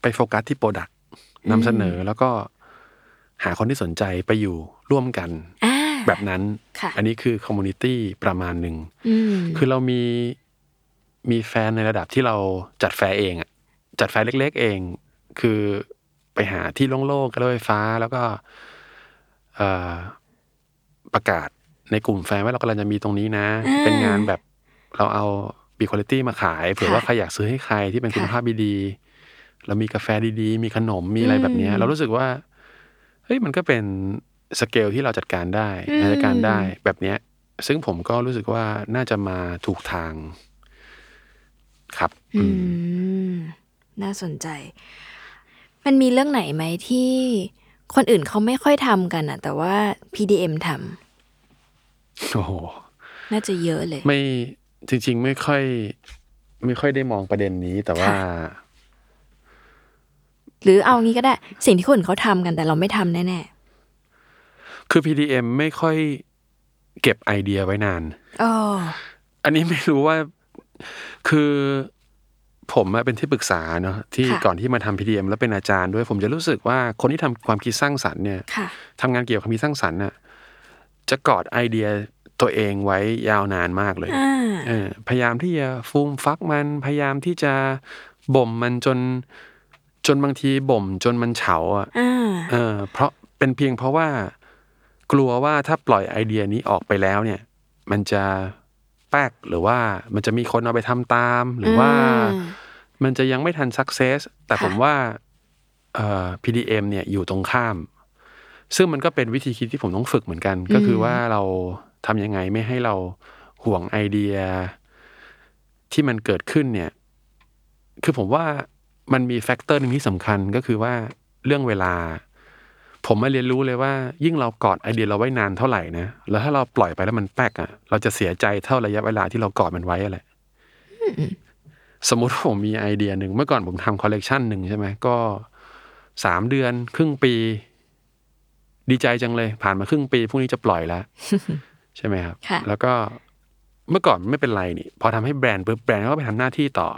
C: ไปโฟกัสที่โปรดักต์นำเสนอแล้วก็หาคนที่สนใจไปอยู่ร่วมกัน
B: อ่า
C: แบบนั้น
B: ค่ะ
C: อันนี้คือคอมมูนิตี้ประมาณหนึ่ง
B: อืม
C: คือเรามีมีแฟนในระดับที่เราจัดแฟร์เองอะจัดแฟร์เล็ก ๆ เอง คือไปหาที่โล่งๆก็รถไฟฟ้า แล้วก็เอ่อประกาศในกลุ่มแฟนว่าเรากำลังจะมีตรงนี้นะ เป็นงานแบบเราเอาบีคุณ i t y มาขายเผื่อว่าใครอยากซื้อให้ใครที่เป็นคุณภาพดีๆเรามีกาแฟดีๆ มีขนมมีอะไรแบบเนี้ยเรารู้สึกว่าเฮ้ยมันก็เป็นสเกลที่เราจัดการได้จัดการได้แบบเนี้ย ซึ่งผมก็รู้สึกว่าน่าจะมาถูกทาง ครับ
B: อืมน่าสนใจ มันมีเรื่องไหนไหมที่คนอื่นเขาไม่ค่อยทำกันอะแต่ว่า PDM ท
C: โอ้โห
B: ำน่าจะเยอะเลย
C: ไม่จริง ๆ ไม่ค่อย ไม่ค่อยได้มองประเด็นนี้ แต่ว่า
B: ค่ะ หรือเอางี้ก็ได้ สิ่งที่คนอื่นเขาทำกันแต่เราไม่ทำแน่
C: คือ PDM ไม่ค่อยเก็บไอเดียไว้นาน
B: ๆอ๋อ
C: อันนี้ไม่รู้ว่า คือผมอะเป็นที่ปรึกษาเนาะที่ก่อนที่มาทำ PDM แล้วเป็นอาจารย์ด้วย ผมจะรู้สึกว่าคนที่ทำความคิดสร้างสรรค์เนี่ย
B: ค่ะ
C: ทำงานเกี่ยวกับความคิดสร้างสรรค์น่ะจะกอดไอเดียตัวเองไว้ยาวนานมากเลย
B: อ่า
C: เออพยายามที่จะฟูมฟักมัน พยายามที่จะบ่มมันจนจนบางทีบ่ม จนมันเฉาอ่ะ
B: อ่า
C: เออเพราะเป็นเพียงเพราะว่า กลัวว่าถ้าปล่อยไอเดียนี้ออกไปแล้วเนี่ย มันจะแป๊กหรือว่ามันจะมีคนเอาไปทำตาม หรือว่า มันจะยังไม่ทันสักเซส แต่
B: ค่ะ
C: ผมว่าเอ่อ PDM เนี่ยอยู่ตรงข้าม ซึ่งมันก็เป็นวิธีคิดที่ผมต้องฝึกเหมือนกัน ก็คือว่าเรา ทำยังไงไม่ให้เราห่วงไอเดียที่มันเกิดขึ้นเนี่ย คือผมว่ามันมีแฟกเตอร์หนึ่งที่สำคัญก็คือว่าเรื่องเวลา ผมมาเรียนรู้เลยว่า ยิ่งเรากอดไอเดียเราไว้นานเท่าไหร่นะแล้วถ้าเราปล่อยไปแล้วมันแป๊กอะ่ะ เราจะเสียใจเท่าระยะเวลาที่เรากอดมันไว้อะแหละสมมติว่าผมมีไอเดียหนึ่งเมื่อก่อนผมทำคอลเลกชันหนึ่งใช่ไหมก็สามเดือนครึ่งปี ดีใจจังเลย ผ่านมาครึ่งปีพรุ่งนี้จะปล่อยแล้ว ใช่ไหมครับ
B: ค่ะ
C: แล้วก็เมื่อก่อนไม่เป็นไรนี่ พอทำให้แบรนด์ปุ๊บแบรนด์เขาก็ไปทำหน้าที่ต่อ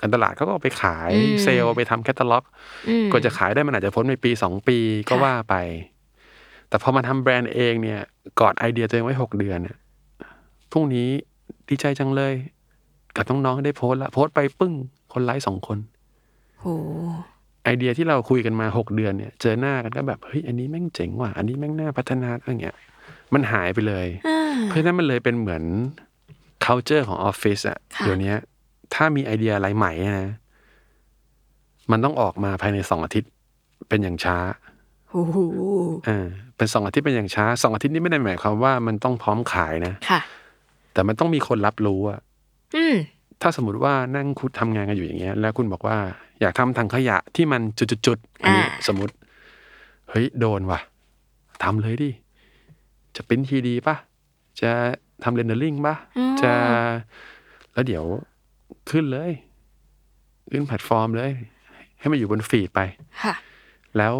C: การตลาดเขาก็เอาไปขายเซลล์ไปทำแคตตาล็อก
B: อืม
C: กว่าจะขายได้มันอาจจะพ้นไปปีสองปีก็
B: ค่ะ
C: ว่าไป แต่พอมาทำแบรนด์เองเนี่ย กอดไอเดียตัวเองไว้หกเดือนเนี่ยพรุ่งนี้ดีใจจังเลย กับน้องๆได้โพสต์ละโพสต์ไปปึ้ง คนไลค์สองคน
B: โห
C: ไอเดียที่เราคุยกันมาหกเดือนเนี่ย เจอหน้ากันก็แบบเฮ้ยอันนี้แม่งเจ๋งว่ะอันนี้แม่งน่าพัฒนาอะไรเงี้ยมันหายไปเลย เพราะฉะนั้นมันเลยเป็นเหมือน culture ของออฟฟิศอะ
B: ค่ะ
C: เดี๋ยวนี้ถ้ามีไอเดียอะไรใหม่นะ มันต้องออกมาภายในสองอาทิตย์เป็นอย่างช้า
B: โอ้โห
C: อ่าเป็นสองอาทิตย์เป็นอย่างช้าสองอาทิตย์นี้ไม่ได้หมายความว่ามันต้องพร้อมขายนะ
B: ค่ะ
C: แต่มันต้องมีคนรับรู้อะ
B: อืม
C: ถ้าสมมติว่านั่งคุดทำงานกันอยู่อย่างเงี้ย แล้วคุณบอกว่าอยากทำถังขยะที่มันจุดๆๆอันนี้
B: อ่า
C: สมมติ เฮ้ย โดนว่ะทำเลยดิ จะเป็นทีดีป่ะ จะทำเรนเดอร์ลิงป่ะ จะแล้วเดี๋ยวขึ้นเลย ขึ้นแพลตฟอร์มเลย ให้มันอยู่บนฟีดไป
B: ค่ะ
C: แล้ว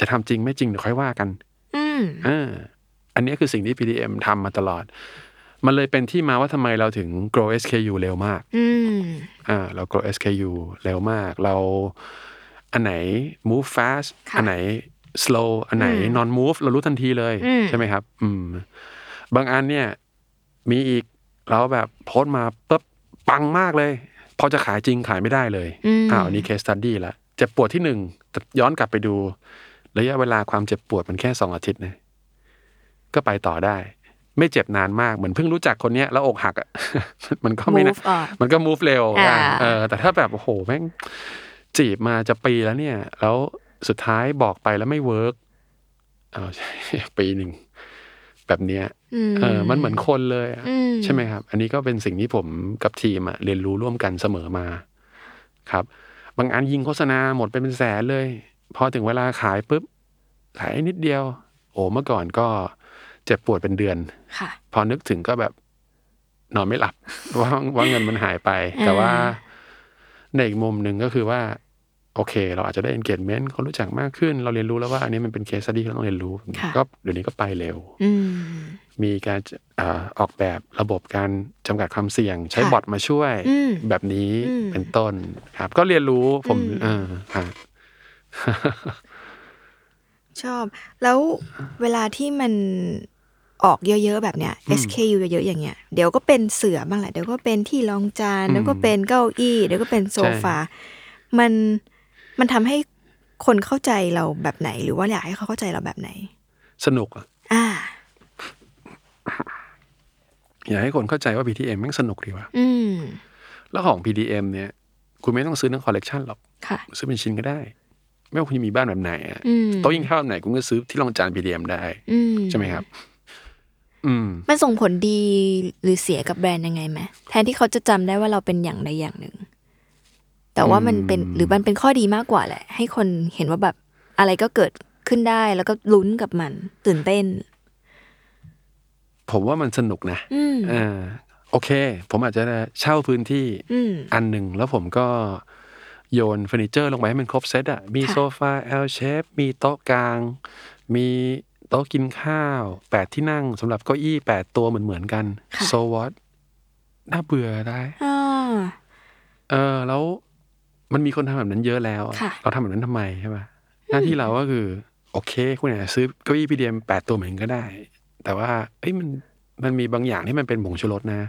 C: จะทำจริงไม่จริงเดี๋ยวค่อยว่ากัน
B: อืม
C: อ่าอันนี้คือสิ่งที่ PDM ทำมาตลอด มันเลยเป็นที่มาว่าทำไมเราถึง grow SKU เร็วมาก
B: อืม
C: อ่าเรา grow SKU เร็วมาก เราอันไหน move fast
B: ค่ะ
C: อันไหน slow อันไหน non move เรารู้ทันทีเลย
B: อืม
C: ใช่ไหมครับ อืม บางอันเนี่ย มีอีกเราแบบโพสต์มาปุ๊บปังมากเลย พอจะขายจริงขายไม่ได้เลยอ้าวอันนี้ case study ละเจ็บปวดที่หนึ่งแต่ย้อนกลับไปดู ระยะเวลาความเจ็บปวดมันแค่สองอาทิตย์นะ ก็ไปต่อได้ ไม่เจ็บนานมากเหมือนเพิ่งรู้จักคนเนี้ยแล้วอกหักอ่ะ มันก็ไม่นะ
B: Move on
C: มันก็ move เร็ว
B: อ่า
C: ได้เออ แต่ถ้าแบบโอ้โหแม่งจีบมาจะปีแล้วเนี่ย แล้วสุดท้ายบอกไปแล้วไม่เวิร์กเอา ปีหนึ่งแบบเนี้ย
B: อืม
C: เออมันเหมือนคนเลยอะ
B: อืม
C: ใช่ไหมครับ อันนี้ก็เป็นสิ่งที่ผมกับทีมอะเรียนรู้ร่วมกันเสมอมา ครับ บางอันยิงโฆษณาหมดไปเป็นแสนเลย พอถึงเวลาขายปุ๊บ ขายนิดเดียว โอ้เมื่อก่อนก็เจ็บปวดเป็นเดือน
B: ค่ะ
C: พอนึกถึงก็แบบนอนไม่หลับ ว่าว่าเงินมันหายไป แต่ว่าในอีกมุมหนึ่งก็คือว่า โอเค เราอาจจะได้ engagement เขารู้จักมากขึ้น เราเรียนรู้แล้วว่าอันนี้มันเป็น case study ที่เราต้องเรียนรู้
B: ค่ะ
C: ก็เดี๋ยวนี้ก็ไปเร็ว
B: อืม
C: มีการเอ่อออกแบบระบบการจำกัดความเสี่ยง ใช้
B: ค่ะ
C: บอทมาช่วย
B: อืม
C: แบบนี้
B: อืม
C: เป็นต้นครับ ก็เรียนรู้ผมเออครับ
D: ชอบ แล้วเวลาที่มันออกเยอะๆแบบเนี้ย SKU เยอะๆอย่างเงี้ยเดี๋ยวก็เป็นเสือบ้างแหละเดี๋ยวก็เป็นที่รองจานเดี๋ยวก็เป็นเก้าอี้เดี๋ยวก็เป็นโซฟา มันมันทำให้คนเข้าใจเราแบบไหน หรือว่าอยากให้เขาเข้าใจเราแบบไหน
C: สนุกอะ
D: อ่า
C: อยากให้คนเข้าใจว่า PTM แม่งสนุกดีว่ะ
B: อืม
C: แล้วของ PTM เนี่ย คุณไม่ต้องซื้อทั้งคอลเลกชันหรอก
B: ค่ะ
C: ซื้อเป็นชิ้นก็ได้ ไม่ว่าคุณจะมีบ้านแบบไหนอะ
B: อืม
C: โต๊ะยิงข้าวแบบไหนคุณก็ซื้อที่รองจาน PTM ได้
B: อืม
C: ใช่ไหมครับ อืม
B: มันส่งผลดีหรือเสียกับแบรนด์ยังไงไหมแทนที่เขาจะจำได้ว่าเราเป็นอย่างใดอย่างหนึ่ง แต่ว่ามันเป็นหรือมันเป็นข้อดีมากกว่าแหละ ให้คนเห็นว่าแบบอะไรก็เกิดขึ้นได้แล้วก็ลุ้นกับมัน ตื่นเต้น
C: ผมว่ามันสนุกนะ
B: อืม
C: เอ่าโอเค ผมอาจจะเช่าพื้นที่
B: อืม
C: อันหนึ่งแล้วผมก็โยนเฟอร์นิเจอร์ลงไปให้มันครบเซตอ่ะ มี
B: ค่ะ
C: โซฟา L shape มีโต๊ะกลาง มีโต๊ะกินข้าว แปดที่นั่งสำหรับเก้าอี้แปดตัวเหมือนเหมือนๆกัน
B: ค่ะ
C: โซวอตน่าเบื่อได้
B: อ่า
C: เออ แล้วมันมีคนทำแบบนั้นเยอะแล้วอะ
B: ค่ะ
C: เราทำแบบนั้นทำไมใช่ปะหน้าที่เราก็คือ โอเค คุณอาจจะซื้อเก้าอี้พีดีเอ็มแปดตัวเหมือนก็ได้ แต่ว่าเอ้ยมันมันมีบางอย่างที่มันเป็นผงชูรสนะ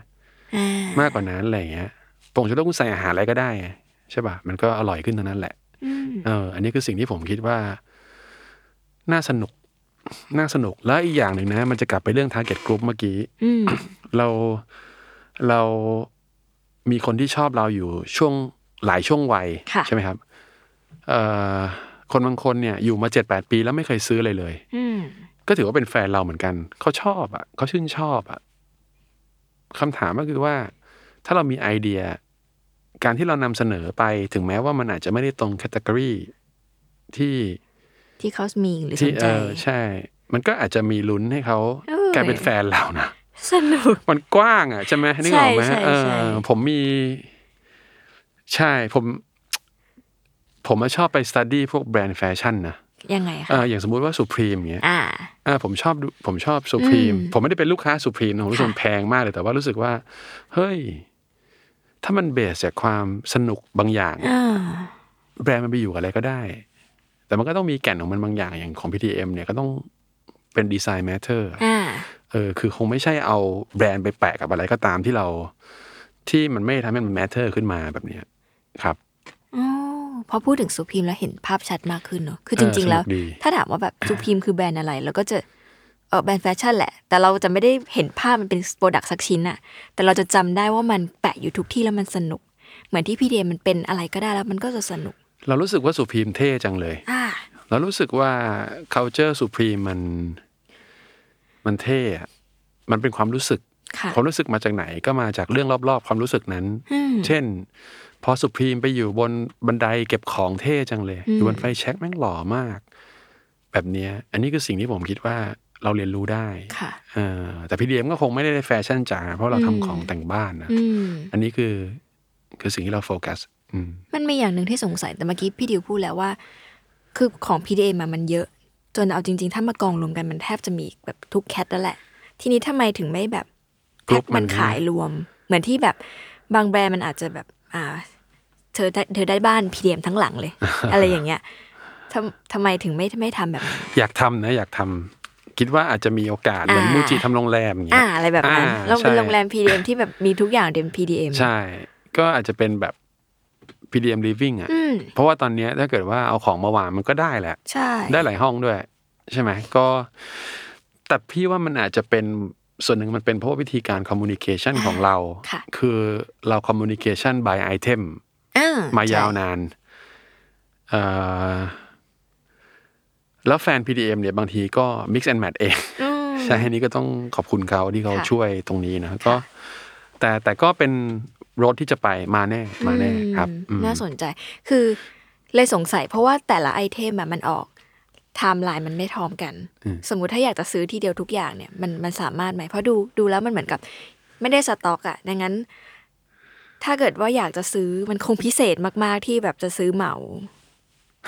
B: อ่าม
C: ากกว่านั้นอะไรอย่างเงี้ยผงชูรสคุณใส่อาหารอะไรก็ได้ไงใช่ป่ะ มันก็อร่อยขึ้นเท่านั้นแหละ
B: อืม
C: เออ อันนี้คือสิ่งที่ผมคิดว่า น่าสนุก น่าสนุก แล้วอีกอย่างหนึ่งนะ มันจะกลับไปเรื่อง target group เมื่อกี้
B: อืม
C: เรา เรามีคนที่ชอบเราอยู่ช่วงหลายช่วงวัย
B: ค่ะ
C: ใช่ไหมครับ เอ่อ คนบางคนเนี่ย อยู่มาเจ็ดแปดปีแล้วไม่เคยซื้อเลยเลย
B: อืม
C: ก็ถือว่าเป็นแฟนเราเหมือนกัน เขาชอบอ่ะเขาชื่นชอบอ่ะคำถามก็คือว่า ถ้าเรามีไอเดีย การที่เรานำเสนอไปถึงแม้ว่ามันอาจจะไม่ได้ตรงแคตตากรีที่
B: ที่เขามีหรือส
C: ที่
B: น
C: เอ
B: ใจ
C: อใช่ มันก็อาจจะมีลุ้นให้เขา
B: เออ
C: กลายเป็นแฟนเรานะ
B: สนุก
C: มันกว้างอ่ะใช่ไหมนึกออกไหม
B: ใช่ใช่
C: เอ
B: ใช่
C: อผมมี ใช่ผม ผมอะชอบไปสตัดดี้พวกแบรนด์แฟชั่นนะ
B: ยังไง
C: เอ
B: คะ
C: ออย่างสมมุติว่าสุพรีมเงี้ย
B: อ่า
C: อ่าผมชอบดูผมชอบสุพรีม
B: อืม
C: ผมไม่ได้เป็นลูกค้าสุพรีมนะผมรู้สึก
B: ค่ะ
C: แพงมากเลยแต่ว่ารู้สึกว่า เฮ้ย ถ้ามันเบสจากความสนุกบางอย่าง
B: อ่า
C: แบรนด์มันไปอยู่กับอะไรก็ได้ แต่มันก็ต้องมีแก่นของมันบางอย่างอย่างของ PTM เนี่ยก็ต้องเป็นดีไซน์แมทเทอร์
B: อ่า
C: เออคือคงไม่ใช่เอาแบรนด์ไปแปะกับอะไรก็ตามที่เรา ที่มันไม่ทำให้มันแมทเทอร์ขึ้นมาแบบเนี้ยครับ
B: อ๋อพอพูดถึงซูพรีมแล้วเห็นภาพชัดมากขึ้นเนอะคือ
C: เออ
B: จริง ๆ แล้ว
C: สนุกดี
B: ถ้าถามว่าแบบ ซูพรีมคือแบรนด์อะไร แล้วก็จะเออแบรนด์แฟชั่นแหละ แต่เราจะไม่ได้เห็นภาพมันเป็นโปรดักต์สักชิ้นอะแต่เราจะจำได้ว่ามันแปะอยู่ทุกที่แล้วมันสนุก เหมือนที่พี่เดมมันเป็นอะไรก็ได้แล้วมันก็จะสนุก
C: เรารู้สึกว่าสุพรีมเท่จังเลย
B: อ่า
C: เรารู้สึกว่า culture สุพรีมมันมันเท่อะมันเป็นความรู้สึก
B: ค่ะ
C: ความรู้สึกมาจากไหนก็มาจากเรื่องรอบๆ ความรู้สึกนั้น เช่น พอสุพรีมไปอยู่บนบันไดเก็บของเท่จังเลย อยู่บนไฟแช็กแม่งหล่อมาก แบบเนี้ย อันนี้คือสิ่งที่ผมคิดว่าเราเรียนรู้ได้
B: ค่ะ
C: เออแต่พี่เดียมก็คงไม่ได้แฟชั่นจ๋าเพราะเราทำของแต่งบ้านนะ
B: อืม
C: อันนี้คือคือสิ่งที่เราโฟกัส อืม
B: มันมีอย่างหนึ่งที่สงสัยแต่เมื่อกี้พี่ดิวพูดแล้วว่า คือของ PDA มามันเยอะ จนเอาจริง ๆ ถ้ามากองรวมกันมันแทบจะมีแบบทุกแคทแล้วแหละ ทีนี้ทำไมถึงไม่แบบแพ็ค
C: Group มั
B: มัน
C: น
B: ขายรวม เหมือนที่แบบบางแบรนด์มันอาจจะแบบอ่า เธอได้เธอได้บ้าน PDM ทั้งหลังเลย อะไรอย่างเงี้ยทำทำไมถึงไม่ไม่ทำแบบนั้น
C: อยากทำนะ อยากทำคิดว่าอาจจะมีโอกาสเหมือน
B: อ่า
C: มูจิทำโรงแรมย่างเงี้
B: อ่าย อะไรแบบนั้น
C: อ่
B: เราเป็น
C: ใช่
B: โรงแรม PDM ที่แบบมีทุกอย่างเดม PDM
C: ใช่ ก็อาจจะเป็นแบบ PDM living อ่ะ
B: อืม
C: เพราะว่าตอนเนี้ยถ้าเกิดว่าเอาของมาวางมันก็ได้แหละ
B: ใช่
C: ได้หลายห้องด้วย ใช่ไหมก็แต่พี่ว่ามันอาจจะเป็นส่วนหนึ่งมันเป็นเพราะว่าวิธีการคอมมูนิเคชันของเรา
B: ค่ะ
C: คือเราคอมมูนิเคชัน by item
B: อ่
C: มายาวนานเอ่อแล้วแฟน PDM เนี่ยบางทีก็ mix and match เอง
B: อืม
C: ใช่อันนี้ก็ต้องขอบคุณเขาที่เขา
B: ค่ะ
C: ช่วยตรงนี้นะก็ แต่แต่ก็เป็นรถที่จะไปมาแน่มาแน่ครับ
B: อื
C: อื
B: ม
C: ม
B: น่าสนใจ คือเลยสงสัยเพราะว่าแต่ละไอเทมแบบมันออกไทม์ไลน์มันไม่พร้อมกัน สมมุติถ้าอยากจะซื้อทีเดียวทุกอย่างเนี่ยมันมันสามารถไหมเพราะดูดูแล้วมันเหมือนกับ ไม่ได้สต็อกอะดังนั้น ถ้าเกิดว่าอยากจะซื้อมันคงพิเศษมาก ๆ ที่แบบจะซื้อเหมา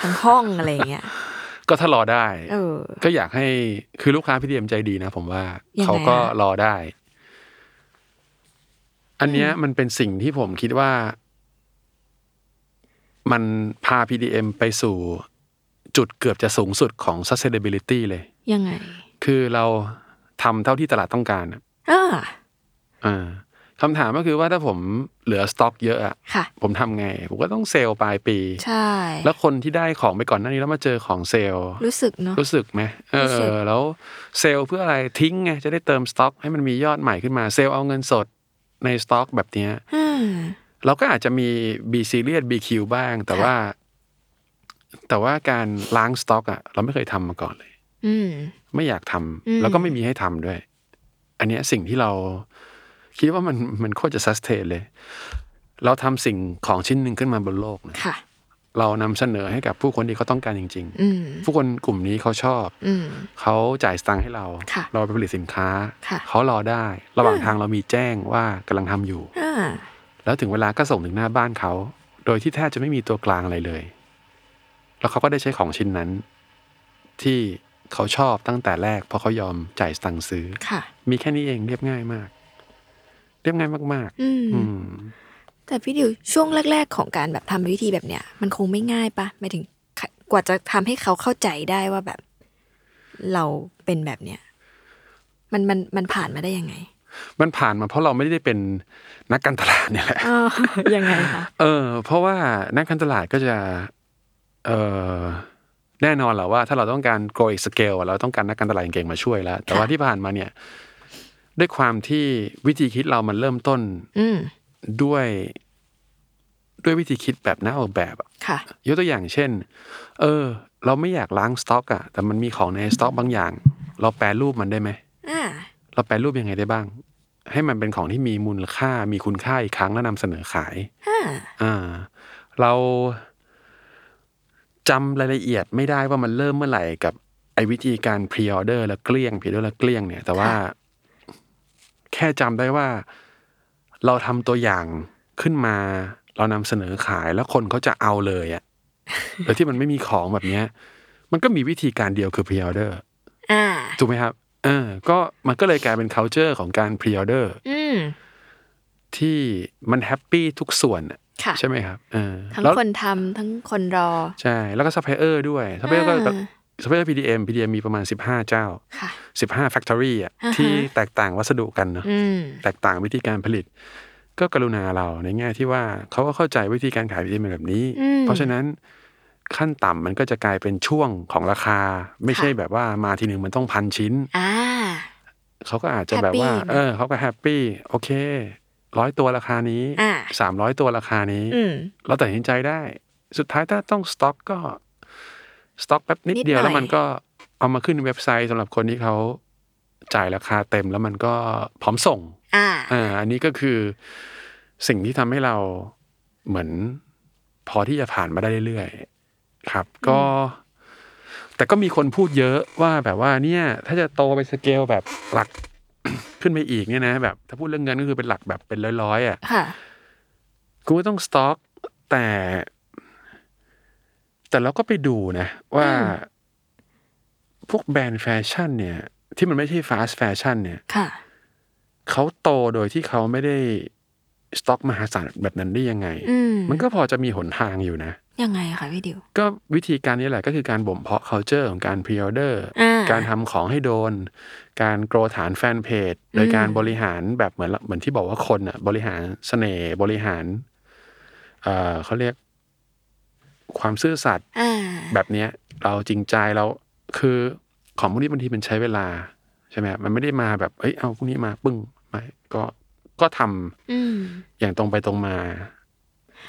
B: ทั้งห้อง อะไรอย่างเงี้ย
C: ก็ถ้ารอได้
B: เออ
C: ก็อยากให้คือลูกค้าพี่เดียมใจดีนะผมว่า
B: ยังไงอะ
C: เขาก็รอได้ อันเนี้ยมันเป็นสิ่งที่ผมคิดว่า มันพา PDM ไปสู่จุดเกือบจะสูงสุดของ sustainability เลย
B: ยังไง
C: คือเราทำเท่าที่ตลาดต้องการอะ
B: อ่า
C: อ่าคำถามก็คือว่าถ้าผมเหลือสต็อกเยอะอะ
B: ค่ะ
C: ผมทำไง ผมก็ต้องเซลล์ปลายปี
B: ใช่
C: แล้วคนที่ได้ของไปก่อนหน้านี้แล้วมาเจอของเซลล์
B: รู้สึกเนาะ
C: รู้สึกไหมเอ
B: รู้สึก
C: อ แล้วเซลล์เพื่ออะไรทิ้งไงจะได้เติมสต็อกให้มันมียอดใหม่ขึ้นมา เซลล์เอาเงินสดในสต็อกแบบเนี้ย
B: อืม
C: เราก็อาจจะมี B series BQ บ้าง แต่ว่า แต่ว่าการล้างสต็อกอ่ะเราไม่เคยทำมาก่อนเลย
B: อืม
C: ไม่อยากทำ
B: อืม
C: แล้วก็ไม่มีให้ทำด้วย อันเนี้ยสิ่งที่เราคิดว่ามันมันโคตรจะซัสเทนเลย เราทำสิ่งของชิ้นหนึ่งขึ้นมาบนโลกนะ
B: ค่ะ
C: เรานำเสนอให้กับผู้คนที่เขาต้องการจริง
B: อืม
C: ๆ ผู้คนกลุ่มนี้เขาชอบ
B: อืม
C: เขาจ่ายสตังค์ให้เรา
B: ค่ะ
C: เราไปผลิตสินค้า
B: ค่ะ
C: เขารอได้ ระหว่างทางเรามีแจ้งว่ากำลังทำอยู่
B: อ่า
C: แล้วถึงเวลาก็ส่งถึงหน้าบ้านเขา โดยที่แทบจะไม่มีตัวกลางอะไรเลย แล้วเขาก็ได้ใช้ของชิ้นนั้น ที่เขาชอบตั้งแต่แรก เพราะเขายอมจ่ายสตังค์ซื้อ
B: ค่ะ
C: มีแค่นี้เองเรียบง่ายมาก เรียบง่ายมาก
B: อืม
C: ๆ อืม
B: แต่พี่ดิวช่วงแรก ๆ ของการแบบทำวิธีแบบเนี้ยมันคงไม่ง่ายปะหมายถึงกกว่าจะทำให้เขาเข้าใจได้ว่าแบบ เราเป็นแบบเนี้ยมันมันมันผ่านมาได้ยังไง
C: มันผ่านมาเพราะเราไม่ได้เป็นนักการตลาดเนี่ยแหละ
B: อ๋อ ยังไงคะ
C: เออเพราะว่านักการตลาดก็จะเออแน่นอนแหละว่า ถ้าเราต้องการ grow อีก scale อะเราต้องการนักการตลาดเก่งๆมาช่วยแล้ว แต่ว่าที่ผ่านมาเนี่ย ด้วยความที่วิธีคิดเรามันเริ่มต้น
B: อืม
C: ด้วย ด้วยวิธีคิดแบบหน้าออกแบบอะ
B: ค่ะ
C: ยกตัวอย่างเช่น เออ เราไม่อยากล้างสต็อกอะแต่มันมีของในสต็อกบางอย่าง เราแปลรูปมันได้ไหม
B: อ่า
C: เราแปลรูปยังไงได้บ้าง ให้มันเป็นของที่มีมูลค่ามีคุณค่าอีกครั้งแล้วนำเสนอขาย
B: อ่า
C: อ่า เราจำรายละเอียดไม่ได้ว่ามันเริ่มเมื่อไหร่กับไอ้วิธีการพรีออเดอร์แล้วเกลี้ยงพรีออเดอร์แล้วเกลี้ยงเนี่ย แต่ว่า
B: ค่ะ
C: แค่จำได้ว่า เราทำตัวอย่างขึ้นมา เรานำเสนอขายแล้วคนเขาจะเอาเลย อะ โดยที่มันไม่มีของแบบเนี้ย มันก็มีวิธีการเดียวคือพรีออเดอร์
B: อ่า
C: ถูกไหมครับเออก็มันก็เลยกลายเป็น culture ของการ pre order
B: อืม
C: ที่มันแฮปปี้ทุกส่วนอะ
B: ค่ะ
C: ใช่ไหมครับเออ
B: ทั้ง
C: แล้ว
B: คนทำทั้งคนรอ
C: ใช่ แล้วก็ supplier ด้วย supplier ก็แบบ supplier PDM PDM มีประมาณ 15 เจ้า
B: ค่ะ
C: 15 factory อ่ะ
B: อ่าฮะ
C: ที่แตกต่างวัสดุกันเนอะ
B: อืม
C: แตกต่างวิธีการผลิต ก็กรุณาเราในแง่ที่ว่าเขาก็เข้าใจวิธีการขาย PDM แบบนี้
B: อืม
C: เพราะฉะนั้นขั้นต่ำมันก็จะกลายเป็นช่วงของราคา ไม่ใช่
B: ค่ะ
C: แบบว่ามาทีหนึ่งมันต้องพันชิ้น
B: อ่า
C: เขาก็อาจจะแบบว่า
B: Happy
C: เออเขาก็แฮปปี้โอเคร้อยตัวราคานี้
B: อ่า
C: สามร้อยตัวราคานี้
B: อืม
C: เราตัดสินใจได้ สุดท้ายถ้าต้องสต็อกก็สต็อกแป๊บนิดเดียว
B: นิดหน่อย
C: แล้วมันก็เอามาขึ้นเว็บไซต์สำหรับคนที่เขาจ่ายราคาเต็มแล้วมันก็พร้อมส่ง
B: อ่า
C: อ่าอันนี้ก็คือสิ่งที่ทำให้เราเหมือนพอที่จะผ่านมาได้เรื่อยๆครับ ก็ แต่ก็มีคนพูดเยอะว่าแบบว่าเนี่ย ถ้าจะโตไปสเกลแบบหลัก ขึ้นไปอีกเนี่ยนะแบบ ถ้าพูดเรื่องเงินก็คือเป็นหลักแบบเป็นร้อยๆอ่ะ
B: ค่ะ
C: กูก็ต้องสต็อก แต่ แต่เราก็ไปดูนะ ว่า
B: อืม
C: พวกแบรนด์แฟชั่นเนี่ย ที่มันไม่ใช่ฟาสต์แฟชั่นเนี่ย
B: ค่ะ
C: เขาโตโดยที่เขาไม่ได้สต็อกมหาศาลแบบนั้นได้ยังไง
B: อืม
C: มันก็พอจะมีหนทางอยู่นะ
B: ยังไงคะพี่ดิว
C: ก็วิธีการนี้แหละก็คือการบ่มเพาะ culture ของการ pre order
B: อ่า
C: การทำของให้โดน การโกรฐานแฟนเพจ โดยการบริหารแบบเหมือนเหมือนที่บอกว่าคนอ่ะ บริหารเสน่ห์บริหาร เอ่อเขาเรียกความซื่อสัตย์
B: อ่า
C: แบบเนี้ย เราจริงใจเราคือของพวกนี้บางทีมันใช้เวลา ใช่ไหมมันไม่ได้มาแบบเอ้ยเอาพวกนี้มาปึ้งไม่ก็ก็ทำ
B: อืม
C: อย่างตรงไปตรงมา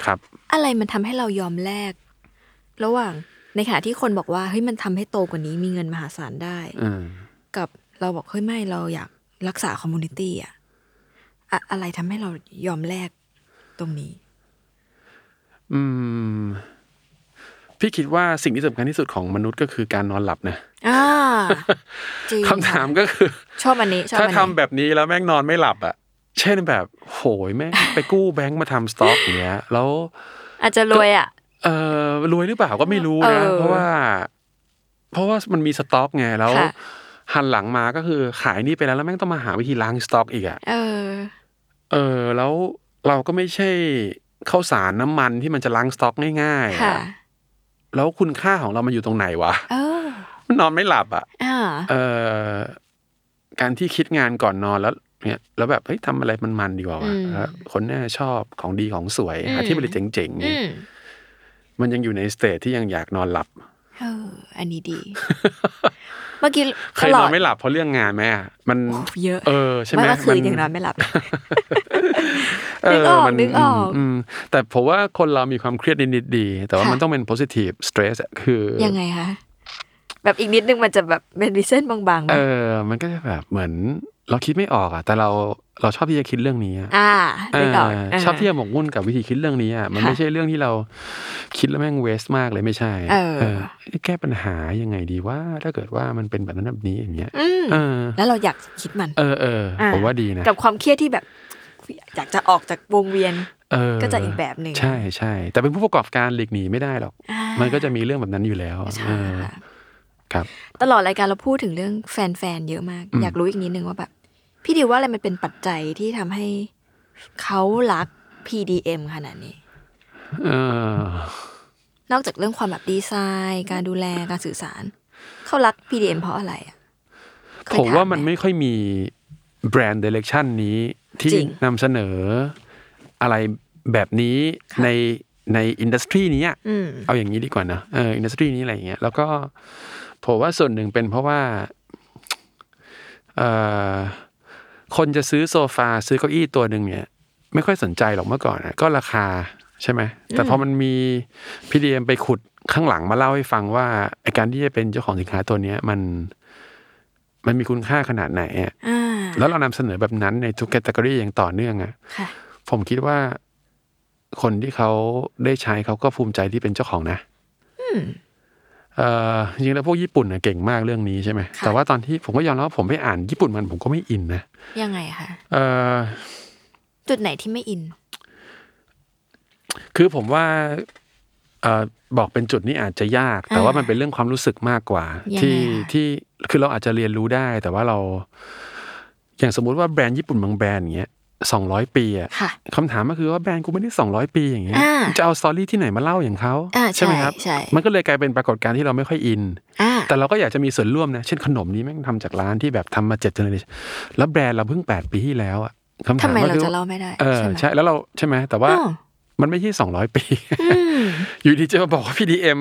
C: ครับ
B: อะไรมันทำให้เรายอมแลกระหว่าง ในขณะที่คนบอกว่าเฮ้ยมันทำให้โตกว่านี้มีเงินมหาศาลได้
C: อืม
B: กับเราบอกเฮ้ยไม่เราอยากรักษาคอมมูนิตี้อะอะอะไรทำให้เรายอมแลกตรงนี้
C: อืม พี่คิดว่าสิ่งที่สำคัญที่สุดของมนุษย์ก็คือการนอนหลับนะ
B: อ่าจริง
C: คำถามก็คือ
B: ชอบอันนี้ ชอบ
C: ถ้า
B: อัน
C: ทำ
B: นี้
C: แบบนี้แล้วแม่งนอนไม่หลับอ่ะ เช่นแบบโหยแม่ง ไปกู้แบงค์มาทำสต็อกอย่างเงี้ย แล้ว
B: อาจจะรวยอ่ะ
C: เออรวยหรือเปล่าก็ไม่รู้นะ
B: เออ
C: เพราะว่า เพราะว่ามันมีสต็อกไงแล้ว
B: ค่ะ
C: หันหลังมาก็คือขายนี่ไปแล้วแล้วแม่งต้องมาหาวิธีล้างสต็อกอีกอ่ะ
B: เออ
C: เออแล้วเราก็ไม่ใช่ข้าวสารน้ำมันที่มันจะล้างสต็อกง่ายๆ
B: ค่ะ
C: อะแล้วคุณค่าของเรามันอยู่ตรงไหนวะ
B: เออ
C: มันนอนไม่หลับอ่ะ
B: อ่า
C: เอ่อการที่คิดงานก่อนนอนแล้วเนี่ยแล้วแบบเฮ้ยทำอะไรมันๆดีกว่าวะ
B: อืม
C: แล้วคนน่าชอบของดีของสวย
B: อืม
C: หาที่ผลิตเจ๋ง
B: อื
C: ๆเนี่ย
B: ม
C: มันยังอยู่ในสเตจที่ยังอยากนอนหลับ
B: เออ อันนี้ดี เมื่อกี้
C: เค
B: ต
C: ย
B: ล
C: น
B: อ
C: อ
B: ด
C: นไม่หลับเพราะเรื่องงานไหมอะมัน
B: โอ้เยอะ
C: เออใช่ไหม
B: เมื่อคืน
C: มัน
B: ยังนอนไม่หลับ
C: เ
B: นึกออก
C: มั
B: นึกออก
C: มมแต่ผมว่าคนเรามีความเครียดนิดๆดี แต่ว่า
B: ค่ะ
C: มันต้องเป็น positive stress อะคือ
B: ยังไงคะแบบอีกนิดนึงมันจะแบบเป็นวิเส้นบางๆไหม
C: เออมันก็จะแบบเหมือนเราคิดไม่ออกอะแต่เราเราชอบที่จะคิดเรื่องนี้อะ
B: อ่านึกออก
C: เออ
B: เ
C: ชอบที่จะหมกมุ่นกับวิธีคิดเรื่องนี้อ่ะมันไม่
B: ค่ะ
C: ใช่เรื่องที่เราคิดแล้วแม่งเวสมากเลยไม่ใช่
B: เออ
C: แก้ปัญหายังไงดีว่า ถ้าเกิดว่ามันเป็นแบบนั้นแบบนี้อย่างเงี้ย
B: อืม
C: เออ
B: แล้วเราอยากคิดมัน
C: เออเออ
B: อ่า
C: ผมว่าดีนะ
B: กับความเครียดที่แบบ อยากจะออกจากวงเวียน
C: เออ
B: ก็จะอีกแบบหนึ่ง
C: ใช่ใช่แต่เป็นผู้ประกอบการหลีกหนีไม่ได้หรอก
B: อ่า
C: มันก็จะมีเรื่องแบบนั้นอยู่แล้ว
B: ใช่
C: เออ
B: ค่ะ
C: ครับ
B: ตลอดรายการเราพูดถึงเรื่องแฟนๆเยอะมาก อยากรู้อีกนิดนึงว่าแบบ พี่ดิวว่าอะไรมันเป็นปัจจัยที่ทำให้เขารัก PDM ขนาดนี้
C: เออน
B: อกจากเรื่องความแบบดีไซน์ การดูแลการสื่อสาร เขารัก PDM เพราะอะไรอ่ะเคย
C: ผม
B: ถไห
C: ว่ามันไม่ค่อยมีแบรนด์เดเรคชั่นนี้ที่
B: จริง
C: นำเสนออะไรแบบนี้ในในอินดัสทรีนี้อะ
B: อืม
C: เอาอย่างนี้ดีกว่านะเอออินดัสทรีนี้อะไรอย่างเงี้ยแล้วก็ผมว่าส่วนหนึ่งเป็นเพราะว่าเอ่อคนจะซื้อโซฟาซื้อเก้าอี้ตัวหนึ่งเนี่ย ไม่ค่อยสนใจหรอกเมื่อก่อนอะก็ราคาใช่ไหมแต่พอมันมีพีดีเอ็มไปขุดข้างหลังมาเล่าให้ฟังว่าไอการที่จะเป็นเจ้าของสินค้าตัวเนี้ย มัน มันมีคุณค่าขนาดไหนอะ
B: อ่า
C: แล้วเรานำเสนอแบบนั้นในทุกแคตตากรีอย่างต่อเนื่องอะ
B: ค่ะ
C: ผมคิดว่าคนที่เขาได้ใช้เขาก็ภูมิใจที่เป็นเจ้าของนะเอ่อจริงๆแล้วพวกญี่ปุ่นน่ะเก่งมากเรื่องนี้ใช่ไหม
B: ค่ะ
C: แต่ว่าตอนที่ผมก็ยอมรับว่าผมไปอ่านญี่ปุ่นมันผมก็ไม่อินนะ
B: ยังไงคะ
C: เอ่อ
B: จุดไหนที่ไม่อิน
C: คือผมว่าเอ่อบอกเป็นจุดนี้อาจจะยาก แต่ว่ามันเป็นเรื่องความรู้สึกมากกว่า
B: ยังไง
C: ที่
B: อะ
C: ที่คือเราอาจจะเรียนรู้ได้ แต่ว่าเรา อย่างสมมุติว่าแบรนด์ญี่ปุ่นบางแบรนด์อย่างเงี้ยสองร้อยปีอะ
B: ค่ะ
C: คำถามก็คือว่าแบรนด์กูไม่ได้ 200 ปีอย่างเงี้ย
B: อ่า
C: จะเอาสตอรี่ที่ไหนมาเล่าอย่างเขา
B: อ่า
C: ใช่ไหมครับ
B: ใช่ใช่
C: มันก็เลยกลายเป็นปรากฏการณ์ที่เราไม่ค่อยอิน
B: อ่า
C: แต่เราก็อยากจะมีส่วนร่วมนะ เช่นขนมนี้แม่งทำจากร้านที่แบบทำมาเจ็ดเจเนอเรชันแล้วแบรนด์เราเพิ่ง 8 ปีที่แล้วอะคำ
B: ทำ
C: ถาม
B: ไม
C: ก็
B: เรา
C: คือ
B: จะเล่าไม่ได้
C: เออ
B: ใช่ไหม
C: ใช่แล้วเราใช่ไหมแต่ว่า
B: อ้าว
C: มันไม่ใช่ 200 ปี
B: อืม
C: อยู่ดีจะมาบอกว่า PDM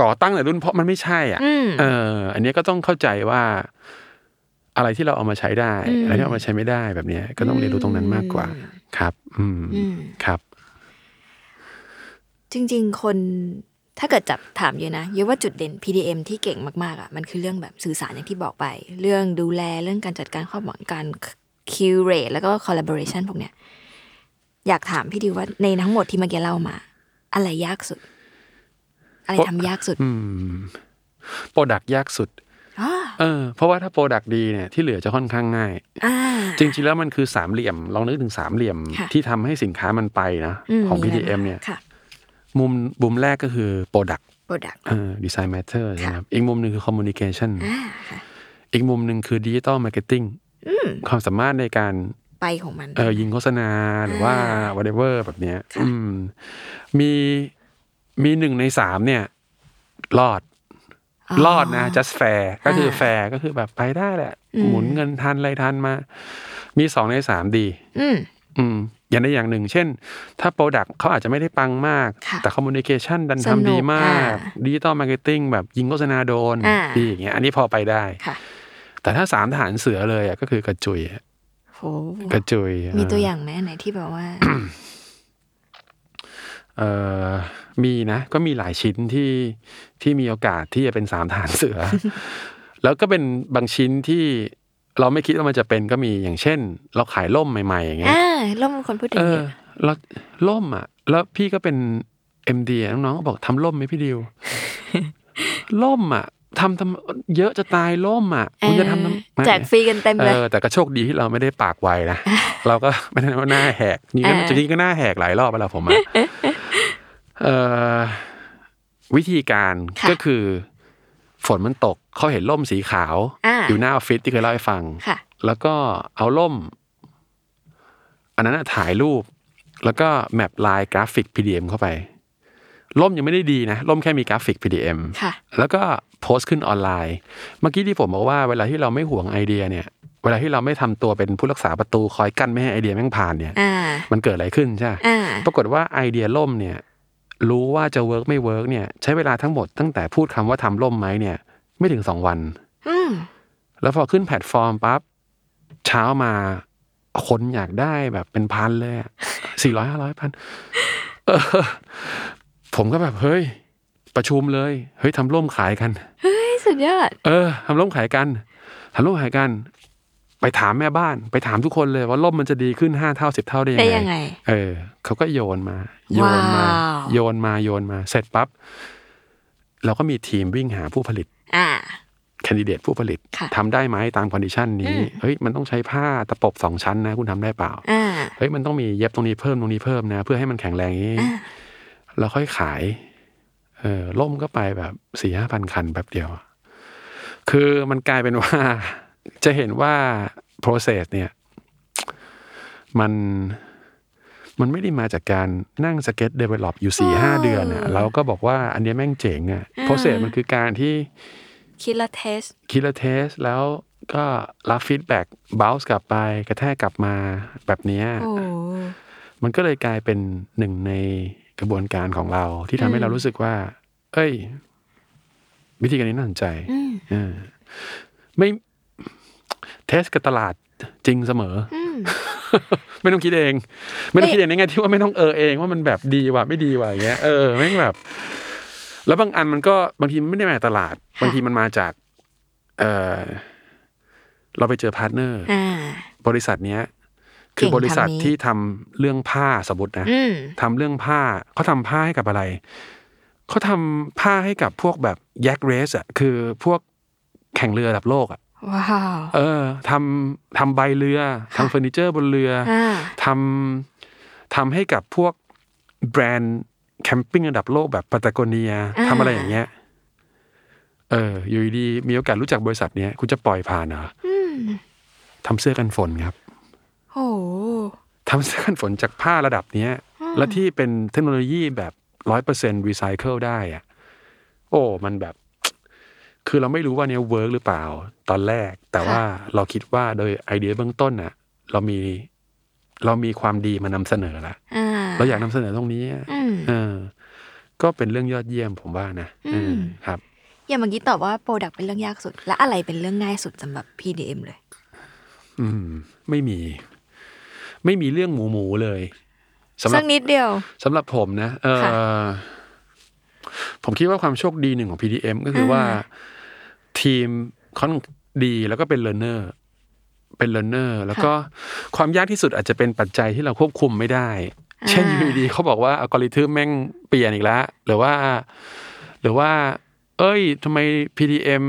C: ก่อตั้งแต่รุ่นเพราะมันไม่ใช่อ่ะ
B: อืม
C: เออ อันเนี้ยก็ต้องเข้าใจว่าอะไรที่เราเอามาใช้ได้
B: อืม
C: อะไรที่เอามาใช้ไม่ได้แบบเนี้ยก็ต้องเรียนรู้ตรงนั้นมากกว่า ครับ อืม
B: อืม
C: ครับ
B: จริง ๆ คนถ้าเกิดจับถามเยอะนะเยอะว่าจุดเด่น PDM ที่เก่งมากๆอ่ะมันคือเรื่องแบบสื่อสารอย่างที่บอกไป เรื่องดูแลเรื่องการจัดการความหวังการ curate แล้วก็ collaboration พวกเนี้ยอยากถามพี่ดิวว่าในทั้งหมดที่เมื่อกี้เล่ามา อะไรยากสุด อะไรทำยากสุด
C: อืมโปรดักยากสุด
B: อ๋อ
C: เออ เพราะว่าถ้าโปรดักดีเนี่ยที่เหลือจะค่อนข้างง่าย
B: อ่า
C: จริงๆแล้วมันคือสามเหลี่ยม ลองนึกถึงสามเหลี่ยม
B: ค่ะ
C: ที่ทำให้สินค้ามันไปนะ
B: ม
C: ของ
B: มีะไร
C: PDM
B: บ้าง
C: เนี่ย
B: ค่ะ
C: มุมมุมแรกก็คือโปรดัก
B: product
C: เออดีไซน์แมทเทอร์ใช่ไหมครับอีกมุมหนึ่งคือคอมมูนิเคชัน
B: อ่าค่ะ
C: อีกมุมหนึ่งคือดิจิตอลมาร์เก็ตติ้งความสามารถในการ
B: ไปของมัน
C: เออยิงโฆษณาหรือว่า whatever แบบเนี้ยอืมมีมีหนึ่งในสามเนี่ย รอด รอดนะ just fair ก็คือแฟร์ก็คือแบบไปได้แหละ หมุนเงินทันอะไรทันมา มีสองในสามดี
B: อืม
C: อืมอย่างใดอย่างหนึ่ง เช่น ถ้า Product เขาอาจจะไม่ได้ปังมาก
B: ค่ะ
C: แต่ Communication ดัน
B: สนุก
C: ทำดีมาก
B: อ่า
C: ดิจิตอลมาร์เก็ตติ้งแบบยิงโฆษณาโดน
B: อ่า
C: ดีอย่างเงี้ยอันนี้พอไปได้
B: ค่ะ
C: แต่ถ้าสามฐานเสือเลยอะก็คือกระจุยอะ
B: โห
C: กระจุย
B: มีตัวอย่างไหมอันไหนที่แบบ ว่า
C: เอ่อมีนะ ก็มีหลายชิ้นที่ที่มีโอกาสที่จะเป็นสามฐานเสือ แล้วก็เป็นบางชิ้นที่เราไม่คิดว่ามันจะเป็นก็มีอย่างเช่น เราขายล่มใหม่ ๆ อย่างเงี้ย
B: อ่าร่มเป็นคนพูดถึ
C: เอง อ
B: เนี่ย
C: เราล่มอ่ะ แล้วพี่ก็เป็น MD อะน้องๆก็บอกทำล่มไหมพี่ ดิว ล่มอ่ะทำทำเยอะจะตายล่มอ่ะมึงจะทำทำไม
B: แจกฟรีกันเต็มเลย
C: เออแต่ก็โชคดีที่เราไม่ได้ปากไว นะ เราก็ไม่ได้ว่าหน้าแหกจริงๆก็
B: เออ
C: จริงๆก็หน้าแหกหลายรอบไปแล้วผมอะเอ่อวิธีการก็คือ ฝนมันตกเขาเห็นล่มสีขาว
B: อ่า
C: อยู่หน้าออฟฟิศที่เคยเล่าให้ฟัง
B: ค่ะ
C: แล้วก็เอาล่ม อันนั้นอะถ่ายรูป แล้วก็แมปลายกราฟิก PDM เข้าไป ล่มยังไม่ได้ดีนะ ล่มแค่มีกราฟิก PDM
B: ค่ะ
C: แล้วก็โพสต์ขึ้นออนไลน์ เมื่อกี้ที่ผมบอกว่าเวลาที่เราไม่ห่วงไอเดียเนี่ย เวลาที่เราไม่ทำตัวเป็นผู้รักษาประตูคอยกั้นไม่ให้ไอเดียแม่งผ่านเนี่ย
B: อ่า
C: มันเกิดอะไรขึ้นใช่ไหม
B: อ่า
C: ปรากฏว่าไอเดียล่มเนี่ย รู้ว่าจะเวิร์กไม่เวิร์กเนี่ย ใช้เวลาทั้งหมดตั้งแต่พูดคำว่าทำล่มไหมเนี่ย ไม่ถึงสองวัน
B: อืม
C: แล้วพอขึ้นแพลตฟอร์มปั๊บเช้ามาคนอยากได้แบบเป็นพันเลยสี่ร้อยห้าร้อยพันเออผมก็แบบเฮ้ย ประชุมเลย เฮ้ยทำร่วมขายกัน
B: สุดยอด
C: เออทำร่มขายกันทำร่มขายกัน ไปถามแม่บ้าน ไปถามทุกคนเลยว่าร่มมันจะดีขึ้นห้าเท่าสิบเท่าได้ยัง
B: ได้
C: ไง
B: ยังไง
C: เออเขาก็โยนมา โยนมา
B: ว้าว
C: โยนมาโยนมา เสร็จปั๊บเราก็มีทีมวิ่งหาผู้ผลิต
B: อ่า
C: แคนดิเดตผู้ผลิต
B: ค่ะ
C: ทำได้ไหมตามคอนดิชันนี้เฮ้ยมันต้องใช้ผ้าตะปบสองชั้นนะ คุณทำได้เปล่า
B: อ่า
C: เฮ้ยมันต้องมีเย็บตรงนี้เพิ่มตรงนี้เพิ่มนะ เพื่อให้มันแข็งแรงอย่างนี้แล้วค่อยขายเออล่มก็ไปแบบสี่ห้าพันคันแบบเดียว คือมันกลายเป็นว่า จะเห็นว่า process เนี่ย มันมันไม่ได้มาจากการนั่งสเก็ต develop อยู่สี่ห้าเดือนอะแล้วก็บอกว่าอันเนี้ยแม่งเจ๋งอะ process มันคือการที่
B: คิดละเทส
C: คิดและเทสแล้วก็รับฟีดแบ็กบ c สกลับไป กระแทกกลับมาแบบเนี้ย
B: โอ้
C: มันก็เลยกลายเป็นหนึ่งในกระบวนการของเราที่ทำให้เรารู้สึกว่า เอ้ย วิธีการนี้น่าสนใจเออไม่เทสกับตลาดจริงเสมออ ไม่ต้องคิดเอง ไม่ต้องคิดเองในแง่ที่ว่าไม่ต้องเออเองว่ามันแบบดีว่ะไม่ดีว่ะอย่างเงี้ยเออแม่งแบบ แล้วบางอันมันก็บางทีมันไม่ได้มาจากตลาด บางทีมันมาจาก เอ่อ เราไปเจอพาร์ทเนอร์
B: อ่า
C: บริษัทเนี้ย คือบริษัท
B: เก่งทำนี้
C: ที่ทำเรื่องผ้าสมมตินะ
B: อืม
C: ทำเรื่องผ้าเขาทำผ้าให้กับอะไร เขาทำผ้าให้กับพวกแบบยักเรสอ่ะคือพวกแข่งเรือระดับโลกอ่ะ
B: ว้าว
C: เออทำทำใบเรือทำเฟอร์นิเจอร์บนเรือ
B: อ่า
C: ทำทำให้กับพวกแบรนด์แคมปิ้งระดับโลกแบบปาตากเนีย
B: อ่า
C: ทำอะไรอย่างเงี้ยเออ อยู่ดีๆมีโอกาสรู้จักบริษัทเนี้ยคุณจะปล่อยผ่านเหรออทำเสื้อกันฝนครับ
B: โอ้โห
C: ทำเสื้อกันฝนจากผ้าระดับเนี้ย และที่เป็นเทคโนโลยีแบบร้อยเปอร์เซ็นต์รีไซเคิลได้อะโอ้ มันแบบ คือเราไม่รู้ว่าเนี้ยเวิร์กหรือเปล่า ตอนแรก แต่ว่าเราคิดว่าโดยไอเดียเบื้องต้นน่ะ เรามีเรามีความดีมานำเสนอละ
B: อ่า
C: เราอยากนำเสนอตรงนี้อะ
B: อืม
C: เออ ก็เป็นเรื่องยอดเยี่ยมผมว่านะเออครับ
B: อย่างเมื่อกี้ตอบว่าโปรดักเป็นเรื่องยากสุด และอะไรเป็นเรื่องง่ายสุดสำหรับ PDM เลย
C: อืม ไม่มี ไม่มีเรื่องหมูหมูๆเลยสำห
B: สั
C: รั
B: ก
C: บ
B: นิดเดียว
C: สำหรับผมนะเอ
B: ค่ะ
C: อผมคิดว่าความโชคดีหนึ่งของ PDM ก็คือว่าทีมค่อนข้างดีแล้วก็เป็นเล a r n เนอร์เป็นเล a r n เนอร์แล้วก็ความยากที่สุดอาจจะเป็นปัจจัยที่เราควบคุมไม่ได้ เช่นอยู่ดีๆเขาบอกว่าอัลกอริทึมแม่งเปลี่ยนอีกแล้ว หรือว่า หรือว่า เอ้ยทำไม PDM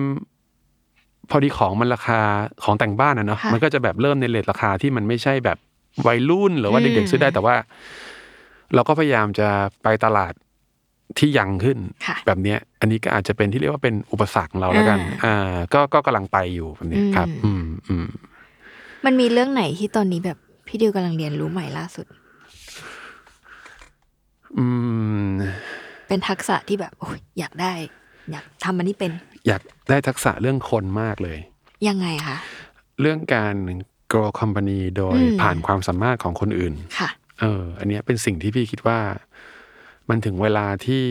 C: พอดีของมันราคาของแต่งบ้านอะเนาะ
B: ค่ะ
C: มันก็จะแบบเริ่มในเลทราคาที่มันไม่ใช่แบบวัยรุ่น หรือว่าเด็กๆซื้อได้แต่ว่า เราก็พยายามจะไปตลาดที่ยังขึ้น
B: ค่ะ
C: แบบเนี้ย อันนี้ก็อาจจะเป็นที่เรียกว่าเป็นอุปสรรคของเราแล้วกัน อ่า ก็ก็กำลังไปอยู่แบบเนี้ยครับ อืมอืม
B: มันมีเรื่องไหนที่ตอนนี้แบบพี่ดิวกำลังเรียนรู้ใหม่ล่าสุด
C: อืม
B: เป็นทักษะที่แบบโอยอยากได้ อยากทำมันนี่เป็น
C: อยากได้ทักษะเรื่องคนมากเลย
B: ยังไงคะ
C: เรื่องการ grow company โดย
B: อืม
C: ผ่านความสามารถของคนอื่น
B: ค่ะ
C: เออ อันเนี้ยเป็นสิ่งที่พี่คิดว่า มันถึงเวลาที่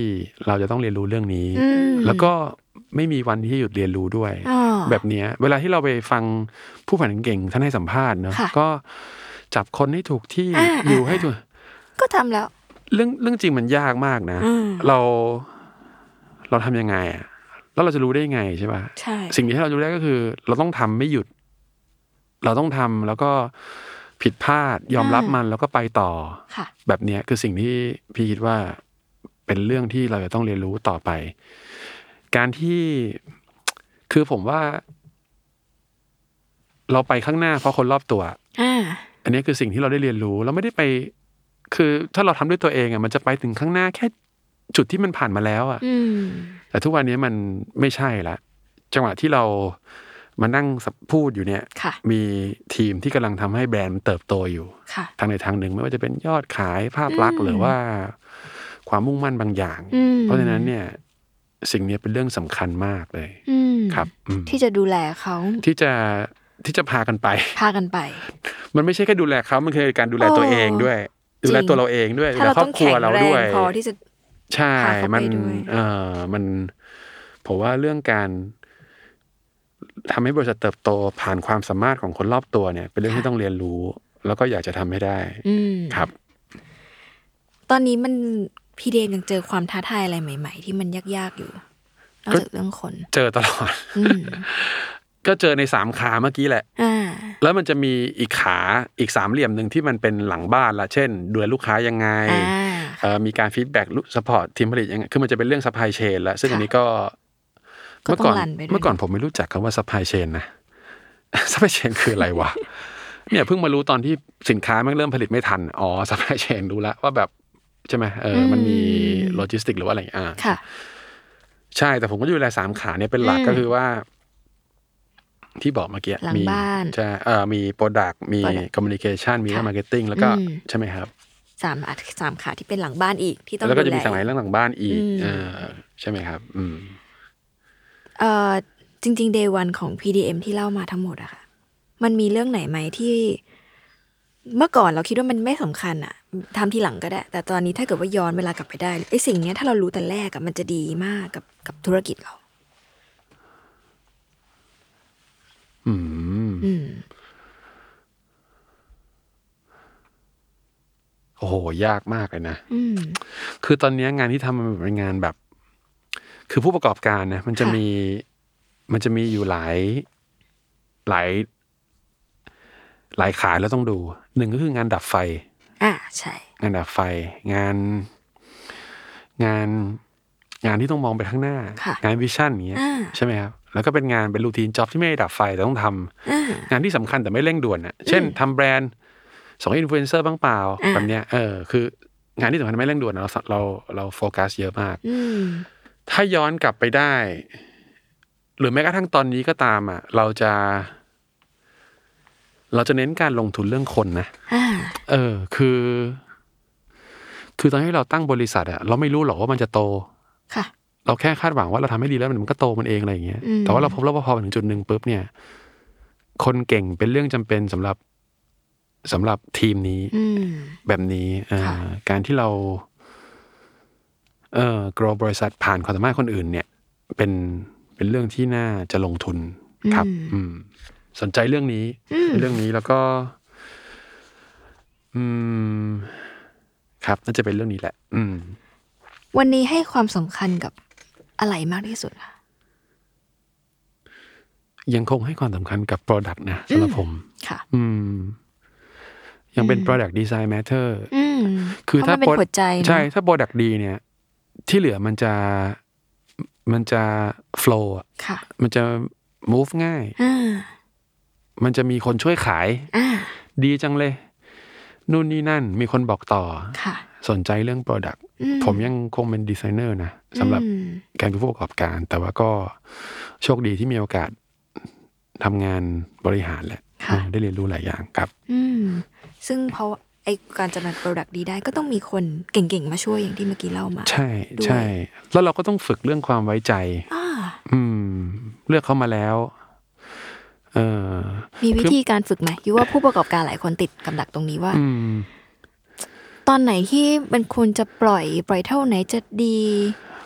C: เราจะต้องเรียนรู้เรื่องนี้
B: อืม
C: แล้วก็ไม่มีวันที่หยุดเรียนรู้ด้วย
B: อ๋อ
C: แบบเนี้ยเวลาที่เราไปฟังผู้ผ่านเก่งท่านให้สัมภาษณ์เนอะ
B: ค่ะ
C: ก็จับคนให้ถูกที่
B: อ่า
C: อยู่ให้ถูก
B: ก็ทำแล้ว
C: เรื่องเรื่องจริงมันยากมากนะ
B: อืม
C: เราเราทำยังไงอะแล้วเราจะรู้ได้ไงใช่ป่ะ
B: ใช่
C: สิ่งที่เรารู้ได้ก็คือ เราต้องทำไม่หยุด เราต้องทำแล้วก็ผิดพลาดยอมรับมันแล้วก็ไปต่อ
B: ค่ะ
C: แบบเนี้ยคือสิ่งที่พี่คิดว่าเป็นเรื่องที่เราจะต้องเรียนรู้ต่อไป การที่ คือผมว่า เราไปข้างหน้าเพราะคนรอบตัว
B: อ่า
C: อันนี้คือสิ่งที่เราได้เรียนรู้ เราไม่ได้ไป คือถ้าเราทำด้วยตัวเองอ่ะมันจะไปถึงข้างหน้าแค่จุดที่มันผ่านมาแล้วอ่ะ
B: อืม
C: แต่ทุกวันนี้มันไม่ใช่ละจังหวะที่เรามานั่งพูดอยู่เนี่ย
B: ค่ะ
C: มีทีมที่กำลังทำให้แบรนด์มันเติบโตอยู่
B: ค่ะ
C: ทางใดทางหนึ่งไม่ว่าจะเป็นยอดขายภาพลักษณ์หรือว่าความมุ่งมั่นบางอย่าง
B: อืม
C: เพราะฉะนั้นเนี่ย สิ่งเนี้ยเป็นเรื่องสำคัญมากเลย
B: อืม
C: ครับอืม
B: ที่จะดูแลเขา
C: ที่จะที่จะพากันไป
B: พากันไป
C: มันไม่ใช่แค่ดูแลเขามันคือการดูแล
B: โอ้
C: ตัวเองด้วย
B: จริง
C: ดูแลตัวเราเองด้วยดู
B: ถ้า
C: แล
B: เรา
C: คร
B: ต้
C: อ
B: อบ ง
C: ครั
B: แข็
C: ว
B: ง
C: เรา
B: แร
C: ด้ว
B: ง
C: ย
B: พอที่จะ
C: ใช่
B: พาเขาไป
C: มัน
B: ด้วย
C: เออมันผมว่าเรื่องการทำให้บริษัทเติบโตผ่านความสามารถของคนรอบตัวเนี่ย เป็นเรื่องที่ต้องเรียนรู้ แล้วก็อยากจะทำให้ได้
B: อืม
C: ครับ
B: ตอนนี้มันพี่เดมยังเจอความท้าทายอะไรใหม่ ๆ ที่มันยากๆอยู่นอกจากเรื่องคน
C: เจอตลอด
B: อืม
C: ก็เจอในสามขาเมื่อกี้แหละ
B: อ่า
C: แล้วมันจะมีอีกขาอีกสามเหลี่ยมหนึ่งที่มันเป็นหลังบ้านละเช่นดูแลลูกค้ายังไง
B: อ่า
C: เอ่อมีการฟีดแบ็กสปอร์ตทีมผลิตยังไงคือมันจะเป็นเรื่องซัพพลายเชนละซึ่งอันนี้ก็
B: ก็ต้อง
C: เมื่อก่อน
B: รันไปด้วย
C: เมื่อก่อนผมไม่รู้จักคำว่าซัพพลายเชนนะ ซัพพลายเชนคืออะไรวะ เนี่ยเพิ่งมารู้ตอนที่สินค้ามันเริ่มผลิตไม่ทัน อ๋อซัพพลายเชนรู้ละว่าแบบใช่ไหมเออมันมีโลจิสติกหรือว่าอะไรอย่างเงี้ยอ่า
B: ค่ะ
C: ใช่แต่ผมก็ดูแลสามขาเนี่ยเป็นหลักก็คือว่า ที่บอกเมื่อกี้
B: หลัง
C: มี
B: บ้าน
C: ใช่เอ่อมีโปรดักมี
B: Product
C: คอมมิวนิเคชันมีเรื่องมาร์เก็ตติ้งแล้วก็
B: อืม
C: ใช่ไหมครับ
B: สามอัดสามขาที่เป็นหลังบ้านอีกที่ต้อง
C: แล้วก็จะมี
B: ดู
C: สายเรื่องหลังบ้านอีกเออใช่ไหมครับ อืม
B: เอ่อจริงๆ day one ของ PDM ที่เล่ามาทั้งหมดอะค่ะ มันมีเรื่องไหนไหมที่ เมื่อก่อนเราคิดว่ามันไม่สำคัญอะทำทีหลังก็ได้ แต่ตอนนี้ถ้าเกิดว่าย้อนเวลากลับไปได้ไอ้สิ่งเนี้ยถ้าเรารู้แต่แรกอะมันจะดีมากกับกับธุรกิจเรา
C: อืม
B: อืม
C: โอ้โหยากมากเลยนะ
B: อืม
C: คือตอนเนี้ยงานที่ทำมันเป็นงานแบบ คือผู้ประกอบการนะมันจะ
B: ค่ะ
C: มีมันจะมีอยู่หลายหลาย หลายขายแล้วต้องดูหนึ่งก็คืองานดับไฟ
B: อ่าใช่
C: งานดับไฟงาน งานงานที่ต้องมองไปข้างหน้า
B: ค่ะ
C: งานวิชั่นอย่างเงี้ย
B: อ่า
C: ใช่ไหมครับแล้วก็เป็นงานเป็นรูทีนจ็อบที่ไม่ได้ดับไฟแต่ต้องทำ
B: อ่า
C: งานที่สำคัญแต่ไม่เร่งด่วนน่ะเช่นทำแบรนด์ส่งอินฟลูเอนเซอร์บ้างเปล่า
B: อ่า
C: แบบเนี้ยเออคืองานที่สำคัญไม่เร่งด่วนน่ะเราเราเราโฟกัสเยอะมาก
B: อืม
C: ถ้าย้อนกลับไปได้ หรือแม้กระทั่งตอนนี้ก็ตามอ่ะเราจะ เราจะเน้นการลงทุนเรื่องคนนะ
B: อ่า
C: เออคือ คือตอนที่เราตั้งบริษัทอะเราไม่รู้หรอกว่ามันจะโต
B: ค่ะ
C: เราแค่คาดหวังว่าเราทำให้ดีแล้วมันก็โตมันเองอะไรอย่างเงี้ย
B: อืม
C: แต่ว่าเราพบแล้วว่าพอถึงจุดหนึ่งปุ๊บเนี่ย คนเก่งเป็นเรื่องจำเป็นสำหรับสำหรับทีมนี้
B: อืม
C: แบบนี้อ่า
B: ค่ะ
C: การที่เรา เอ่อ grow บริษัทผ่านความสามารถคนอื่น เนี่ย เป็นเป็นเรื่องที่น่าจะลงทุนครับ อืม สนใจเรื่องนี้ เรื่องนี้แล้วก็ อืม ครับ น่าจะเป็นเรื่องนี้แหละ อืม
B: วันนี้ให้ความสำคัญกับอะไรมากที่สุดคะ
C: ยังคงให้ความสำคัญกับ Product นะสำหรับผม
B: ค่ะ
C: อืม ยังเป็น Product Design Matter
B: อืม
C: คือ
B: เพ
C: ถ้า
B: ระมันเป็นหัวใจเนอะ
C: ใช่ ถ้า Product ดีเนี่ย ที่เหลือมันจะมันจะ flow อะ
B: ค่ะ
C: มันจะ move ง่าย
B: อ่า
C: มันจะมีคนช่วยขาย
B: อ่า
C: ดีจังเลย นู่นนี่นั่น มีคนบอกต่อ
B: ค่ะ
C: สนใจเรื่อง Product
B: อืม
C: ผมยังคงเป็นดีไซเนอร์นะสำหรับ
B: อืม
C: การเป็นผู้ประกอบการ แต่ว่าก็โชคดีที่มีโอกาสทำงานบริหารแหละ
B: ค่ะ
C: เออได้เรียนรู้หลายอย่างครับ
B: อืม ซึ่งเพราะว่าไอการจะมาโปรดักต์ดีได้ก็ต้องมีคนเก่งๆ มาช่วยอย่างที่เมื่อกี้เล่ามา
C: ใช่
B: ด้วย
C: ใช่ แล้วเราก็ต้องฝึกเรื่องความไว้ใจ
B: อ่า
C: อืม เลือกเขามาแล้ว เออ
B: มีวิธีการฝึกไหมยูว่าผู้ประกอบการหลายคนติดกับดักตรงนี้ว่า
C: อืม
B: ตอนไหนที่มันควรจะปล่อยปล่อยเท่าไหนจะดี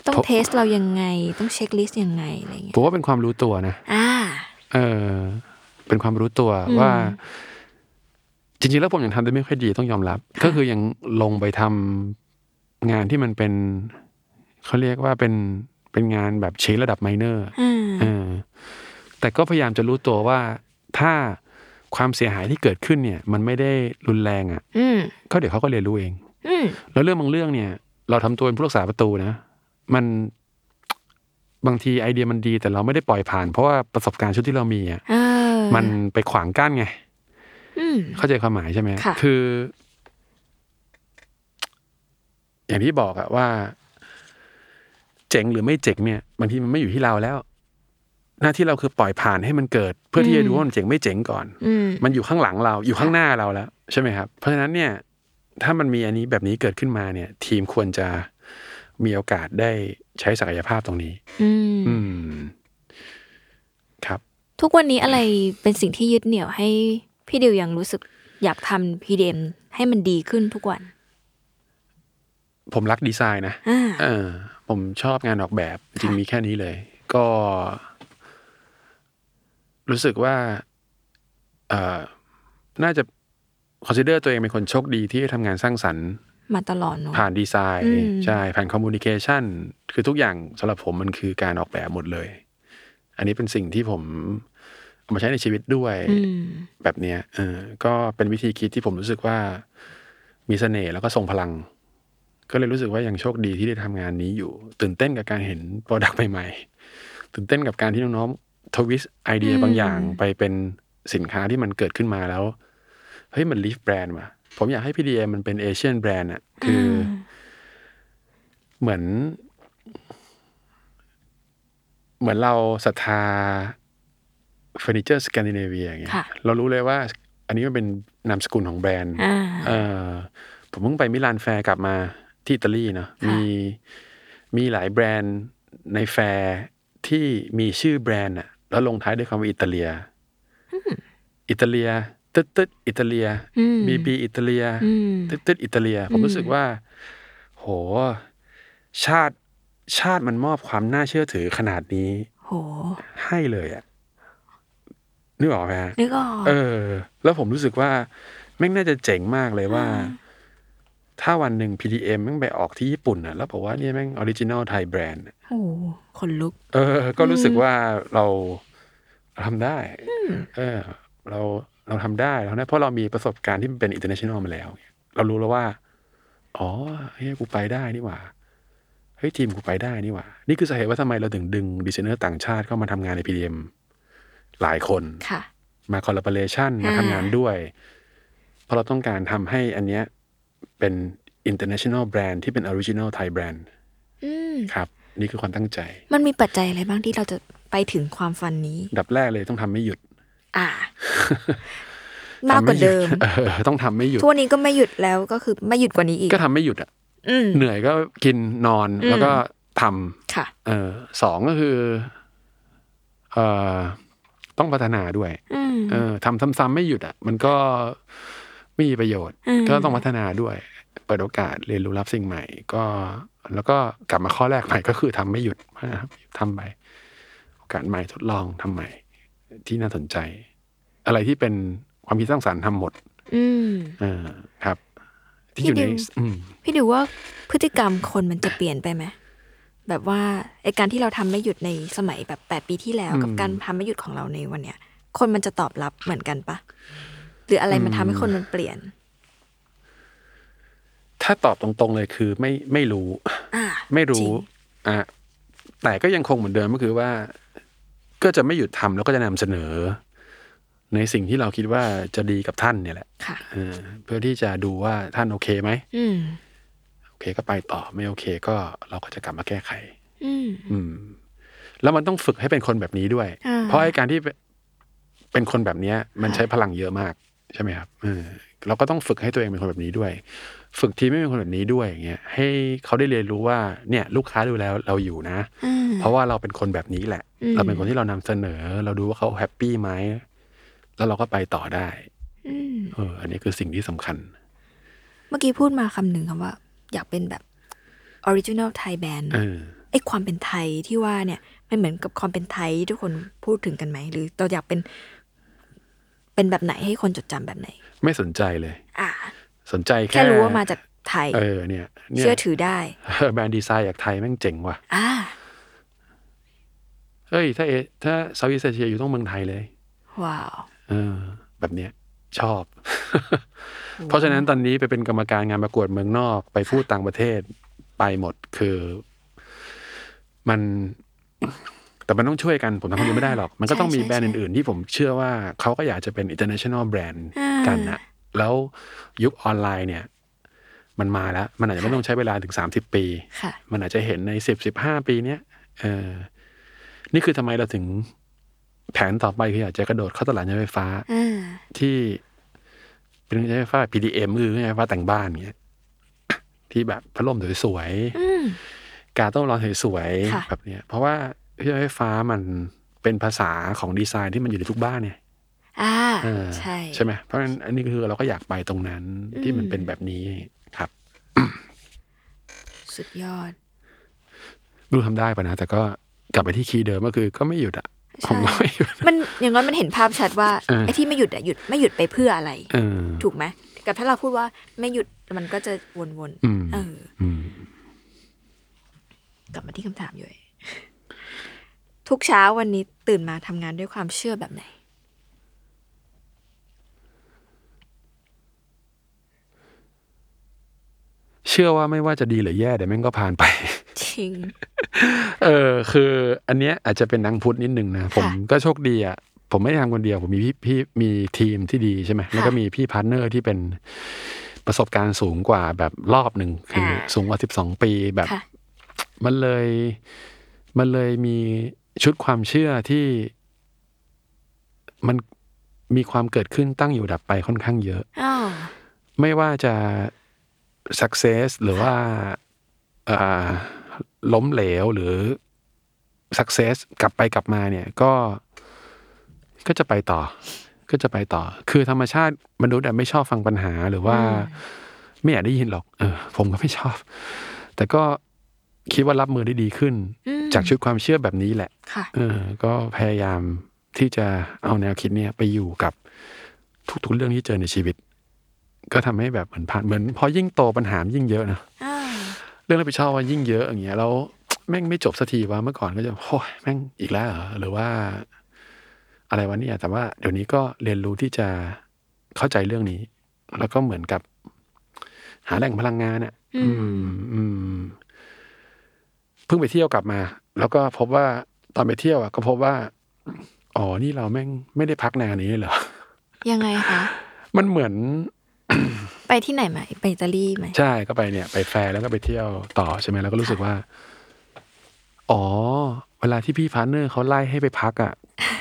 B: ต้อง
C: ผม
B: เทสเรายังไง ต้องเช็คลิสต์ยังไงอะไรอย่าง
C: ผ
B: เงี้ย
C: มว่าเป็นความรู้ตัวนะ
B: อ่า
C: เออ เป็นความรู้ตัว
B: อืม
C: ว่า จริงๆ แล้วผมยังทำได้ไม่ค่อยดีต้องยอมรับ ก็คือยังลงไปทำงานที่มันเป็นเขาเรียกว่าเป็นเป็นงานแบบเชนระดับไมเนอร์
B: อ่า
C: เออแต่ก็พยายามจะรู้ตัวว่าถ้าความเสียหายที่เกิดขึ้นเนี่ย มันไม่ได้รุนแรงอะ่ะ
B: อืม
C: ก็เดี๋ยวเขาก็เรียนรู้เอง
B: อืม
C: แล้วเรื่องบางเรื่องเนี่ย เราทำตัวเป็นผู้รักษาประตูนะ มันบางทีไอเดียมันดี แต่เราไม่ได้ปล่อยผ่าน เพราะว่าประสบการณ์ชุดที่เรามีอ่ะ
B: เออ
C: มันไปขวางกั้นไง
B: อืม
C: เข้าใจความหมายใช่ไหม
B: ค่ะ
C: ออย่างที่บอกอะว่า เจ๋งหรือไม่เจ๋งเนี่ยบางทีมันไม่อยู่ที่เราแล้ว หน้าที่เราคือปล่อยผ่านให้มันเกิด เพื่อที่จะดูว่ามันเจ๋งไม่เจ๋งก่อน
B: อืม
C: มันอยู่ข้างหลังเราอยู่ข้างหน้าเราแล้วใช่ไหมครับ เพราะฉะนั้นเนี่ย ถ้ามันมีอันนี้แบบนี้เกิดขึ้นมาเนี่ย ทีมควรจะมีโอกาสได้ใช้ศักยภาพตรงนี้
B: อืม
C: อืม ครับ
B: ทุกวันนี้อะไรเป็นสิ่งที่ยึดเหนี่ยวให้พี่ดิวยังรู้สึกอยากทำพีเดมให้มันดีขึ้นทุกวัน
C: ผมรักดีไซน์นะ
B: อ่า
C: เออผมชอบงานออกแบบจริง
B: ค่ะ
C: มีแค่นี้เลย ก็ รู้สึกว่าเออน่าจะ คอนซิเดอร์ตัวเองเป็นคนโชคดีที่ได้ทำงานสร้างสรรค์
B: มาตลอดเนอะ
C: ผ่านดีไซ
B: อื
C: น์
B: ม
C: ใช่ผ่านคอมมูนิเคชันคือทุกอย่างสำหรับผมมันคือการออกแบบหมดเลย อันนี้เป็นสิ่งที่ผมเอามาใช้ในชีวิตด้วย
B: อืม
C: แบบเนี้ยเออก็เป็นวิธีคิดที่ผมรู้สึกว่ามีเสน่ห์แล้วก็ทรงพลัง ก็เลยรู้สึกว่ายังโชคดีที่ได้ทำงานนี้อยู่ ตื่นเต้นกับการเห็นโปรดักต์ใหม่ๆ ตื่นเต้นกับการที่น้องๆทวิสไอเดีย
B: อืม
C: บางอย่างไปเป็นสินค้าที่มันเกิดขึ้นมาแล้วเฮ้ยมันลิฟแบรนด์ว่ะผมอยากให้พีดีเอมันเป็นเอเชียนแบรนด์อ่ะคืออเหมือน เหมือนเราศรัทธาเฟอร์นิเจอร์สแกนดิเนเวียอย่างเงี้ย
B: ค่ะ
C: เรารู้เลยว่าอันนี้มันเป็นนามสกุลของแบรนด์
B: อ่า
C: เออผมเพิ่งไปมิลานแฟร์กลับมาที่อิตาลีเนาะ
B: ค่ะ
C: มีมีหลายแบรนด์ในแฟร์ที่มีชื่อแบรนด์อะแล้วลงท้ายด้วยคำว่าอิตาเลีย อิตาเลียตึ๊ดตึ๊ดอิตาเลีย
B: อืม
C: บีบีอิตาเลีย
B: อืม
C: ตึ๊ดตึ๊ดอิตาเลีย ผมรู้สึกว่า โห ชาติชาติมันมอบความน่าเชื่อถือขนาดนี้
B: โห
C: ให้เลยอะนึกออกไหมฮะ
B: นึกออก
C: เออ แล้วผมรู้สึกว่าแม่งน่าจะเจ๋งมากเลยว่า ถ้าวันหนึ่ง PDM แม่งไปออกที่ญี่ปุ่นนะแล้วบอกว่าเนี่ยแม่งออริจินอลไทยแบรนด์
B: โหขนลุก
C: เออ ก็รู้สึกว่าเราทำได้ เออ เรา เราทำได้เราทำได้เพราะเรามีประสบการณ์ที่มันเป็น international มาแล้ว เรารู้แล้วว่า อ๋อเฮ้ยกูไปได้นี่หว่าเฮ้ยทีมกูไปได้นี่หว่า นี่คือสาเหตุว่าทำไมเราถึงดึงดีไซเนอร์ต่างชาติเข้ามาทำงานใน PDM หลายคน
B: ค่ะ
C: มาคอลลาบอร์เรชันมา
B: อ่า
C: ทำงานด้วย เพราะเราต้องการทำให้อันเนี้ยเป็น international brand ที่เป็น original Thai brand
D: อืม
C: ครับ นี่คือความตั้งใจ
B: มันมีปัจจัยอะไรบ้างที่เราจะ
D: ไปถึงความฝันนี้
C: ดับแรกเลยต้องทำไม่หยุด
B: อ่า มากกว่าเดิม
C: ทำไหยุด เออต้องทำไม่หยุด
D: ทุกวันนี้ก็ไม่หยุดแล้วก็คือไม่หยุดกว่านี้อีก
C: ก็ทำไม่หยุดอ่ะ
D: อืม
C: เหนื่อยก็กินนอน
D: อืม
C: แล้วก็ท
D: ค่ะ
C: ำเออสองก็คือเอ่อต้องพัฒนาด้วย
B: อืม
C: เออทำซ้ำๆไม่หยุดอ่ะ มันก็ไม่มีประโยชน์
B: อืม
C: ก็ต้องพัฒนาด้วย เปิดโอกาสเรียนรู้รับสิ่งใหม่ ก็ แล้วก็กลับมาข้อแรกใหม่ก็คือทำไม่หยุดนะครับทำไปโอกาสใหม่ทดลองทำใหม่ ที่น่าสนใจ อะไรที่เป็นความคิดสร้างสรรค์ทำหมด
B: อืม
C: เออครับ ที่อยู่ใน
B: พี่ดิว
C: อืม
B: พี่ดูว่าพฤติกรรมคนมันจะเปลี่ยนไปไหมแบบว่าไอการที่เราทำไม่หยุดในสมัยแบบแปดปีที่แล้ว
C: อืม
B: กับการทำไม่หยุดของเราในวันเนี้ย คนมันจะตอบรับเหมือนกันปะหรืออะไรมันทำให้คนมันเปลี่ยน
C: ถ้าตอบตรงๆเลยคือไม่ไม่รู้
B: อ่า
C: ไม่
B: จริ
C: รู้
B: ง
C: อ่ะแต่ก็ยังคงเหมือนเดิมก็คือว่า ก็จะไม่หยุดทำแล้วก็จะนำเสนอ ในสิ่งที่เราคิดว่าจะดีกับท่านเนี่ยแหละ
B: ค่ะ
C: เออเพื่อที่จะดูว่าท่านโอเคไหม
B: อืม
C: โอเคก็ไปต่อไม่โอเคก็เราก็จะกลับมาแก้ไข
B: อืม
C: อืม แล้วมันต้องฝึกให้เป็นคนแบบนี้ด้วย
B: อ่า
C: เพราะไอ้การที่เป็นคนแบบเนี้ย มันใช้พลังเยอะมาก ใช่ไหมครับเออเราก็ต้องฝึกให้ตัวเองเป็นคนแบบนี้ด้วย ฝึกทีมไม่เป็นคนแบบนี้ด้วยอย่างเงี้ยให้เขาได้เรียนรู้ว่าเนี่ย ลูกค้าดูแล้วเราอยู่นะ
B: อืม
C: เพราะว่าเราเป็นคนแบบนี้แหละ
B: อืม
C: เราเป็นคนที่เรานำเสนอ เราดูว่าเขาแฮปปี้ไหมแล้วเราก็ไปต่อได้
B: อืม
C: เออ อันนี้คือสิ่งที่สำคัญ
B: เมื่อกี้พูดมาคำหนึ่งคำว่า อยากเป็นแบบออริจิน l ลไทยแบนด์
C: เออ
B: ไอความเป็นไทยที่ว่าเนี่ย มันเหมือนกับความเป็นไทยที่ทุกคนพูดถึงกันไหม หรือเราอยากเป็น เป็นแบบไหนให้คนจดจำแบบไหน
C: ไม่สนใจเลย
B: อ่า
C: สนใจแค่
B: แค่รู้ว่ามาจากไทย
C: เออเนี่ยนี่ย
B: เชื่อถือได้
C: แบรนด์ดีไซน์จากไทยแม่งเจ๋งว่ะ
B: อ่า
C: เฮ้ย ถ้าเอถ้าเซาท์อีสเอเชียอยู่ต้องเมืองไทยเลย
B: ว้าว
C: เออ แบบเนี้ย ชอบ เพราะฉะนั้นตอนนี้ไปเป็นกรรมการงานประกวดเมืองนอก ไปพูดต่างประเทศไปหมดคือ มัน แต่มันต้องช่วยกัน ผมทำคนเดียวไม่ได้หรอก มันก็ต้องมี
B: ใช่ใช่
C: แบรนด์
B: ใช่
C: อื่น ๆ ที่ผมเชื่อว่าเขาก็อยากจะเป็น international brand
B: อ่า
C: กันนะแล้วยุคออนไลน์เนี่ย มันมาแล้ว มันอาจจะไม่ต้องใช้เวลาถึงสามสิบปี
B: ค่ะ
C: มันอาจจะเห็นในสิบสิบห้าปีเนี้ยเออ นี่คือทำไมเราถึงแผนต่อไปคืออยากจะกระโดดเข้าตลาดยานไฟฟ้า
B: อ่า
C: ที่เป็นยานไฟฟ้า PDM คือยานไฟฟ้าแต่งบ้านเงี้ย ที่แบบพัดลมสวย
B: อืม
C: ๆ การต้องร้อนสวย
B: ค่ะ
C: ๆแบบเนี้ย เพราะว่ายานไฟฟ้ามันเป็นภาษาของดีไซน์ที่มันอยู่ในทุกบ้านเนี่ย
B: อ่า
C: เออ
B: ใช่
C: ใช่ไหมเพราะฉะนั้นอันนี้คือเราก็อยากไปตรงนั้นที่มันเป็นแบบนี้ครับ
B: สุดยอด
C: ดูทำได้ปะนะ แต่ก็กลับไปที่คีย์เดิมก็คือก็ไม่หยุดอะผมก็ไม่หยุด
B: มันอย่างน้อยมันเห็นภาพชัดว่า
C: เออ
B: ไอ้ที่ไม่หยุดอะหยุดไม่หยุดไปเพื่ออะไร
C: เออ
B: ถูกไหมกับถ้าเราพูดว่าไม่หยุดมันก็จะวน
C: อืม
B: ๆ เออ
C: อืม
B: กลับมาที่คำถามอยู่เลยทุกเช้าวันนี้ตื่นมาทำงานด้วยความเชื่อแบบไหน
C: เชื่อว่าไม่ว่าจะดีหรือแย่เดี๋ยวแม่งก็ผ่านไป
B: จริง
C: เออ คืออันเนี้ยอาจจะเป็นนางพุธนิดนึงนะ ผมก็โชคดีอ่ะ ผมไม่ได้ทำคนเดียว ผมมีพี่พี่มีทีมที่ดีใช่ไหม แล้วก็มีพี่พาร์ทเนอร์ที่เป็นประสบการณ์สูงกว่าแบบรอบหนึ่งคืออา สูงกว่าสิบสองปีแบบ
B: ค่ะ
C: มันเลยมันเลยมีชุดความเชื่อที่มันมีความเกิดขึ้นตั้งอยู่ดับไปค่อนข้างเยอะ
B: อ้าว
C: ไม่ว่าจะ success หรือว่าเอ่อล้มเหลวหรือ success กลับไปกลับมาเนี่ยก็ก็จะไปต่อ ก็จะไปต่อ คือธรรมชาติมนุษย์อะไม่ชอบฟังปัญหาหรือว่า ไม่อยากได้ยินหรอก เออ ผมก็ไม่ชอบ แต่ก็คิดว่ารับมือได้ดีขึ้น
B: อืม
C: จากชุดความเชื่อแบบนี้แหละ
B: ค่ะ
C: เออ ก็พยายามที่จะเอาแนวคิดเนี่ยไปอยู่กับทุกๆเรื่องที่เจอในชีวิต ก็ทำให้แบบเหมือนผ่านเหมือนพอยิ่งโตปัญหามนยิ่งเยอะนะ
B: อ้าว
C: เรื่องรับผิดชอบว่ายิ่งเยอะอย่างเงี้ยแล้ว แม่งไม่จบสักทีว่าเมื่อก่อนก็จะโอ้ยแม่งอีกแล้วเหรอหรือว่า อะไรวะเนี่ย แต่ว่าเดี๋ยวนี้ก็เรียนรู้ที่จะเข้าใจเรื่องนี้ แล้วก็เหมือนกับ หาแหล่งพลังงานอะ่ะ อืม อืม เพิ่งไปเที่ยวกลับมา แล้วก็พบว่าตอนไปเที่ยวอ่ะ ก็พบว่า อ๋อ นี่เราแม่งไม่ได้พักนานนี้เลยเหรอ
D: ยังไงคะ
C: มันเหมือน
D: ไปที่ไหนไหมไปอิตาลีไหม
C: ใช่ก็ไปเนี่ย ไปแฟร์แล้วก็ไปเที่ยวต่อใช่ไหมแล้วก็รู้สึกว่า อ๋อ เวลาที่พี่พาร์ทเนอร์เขาไล่ให้ไปพักอ่ะ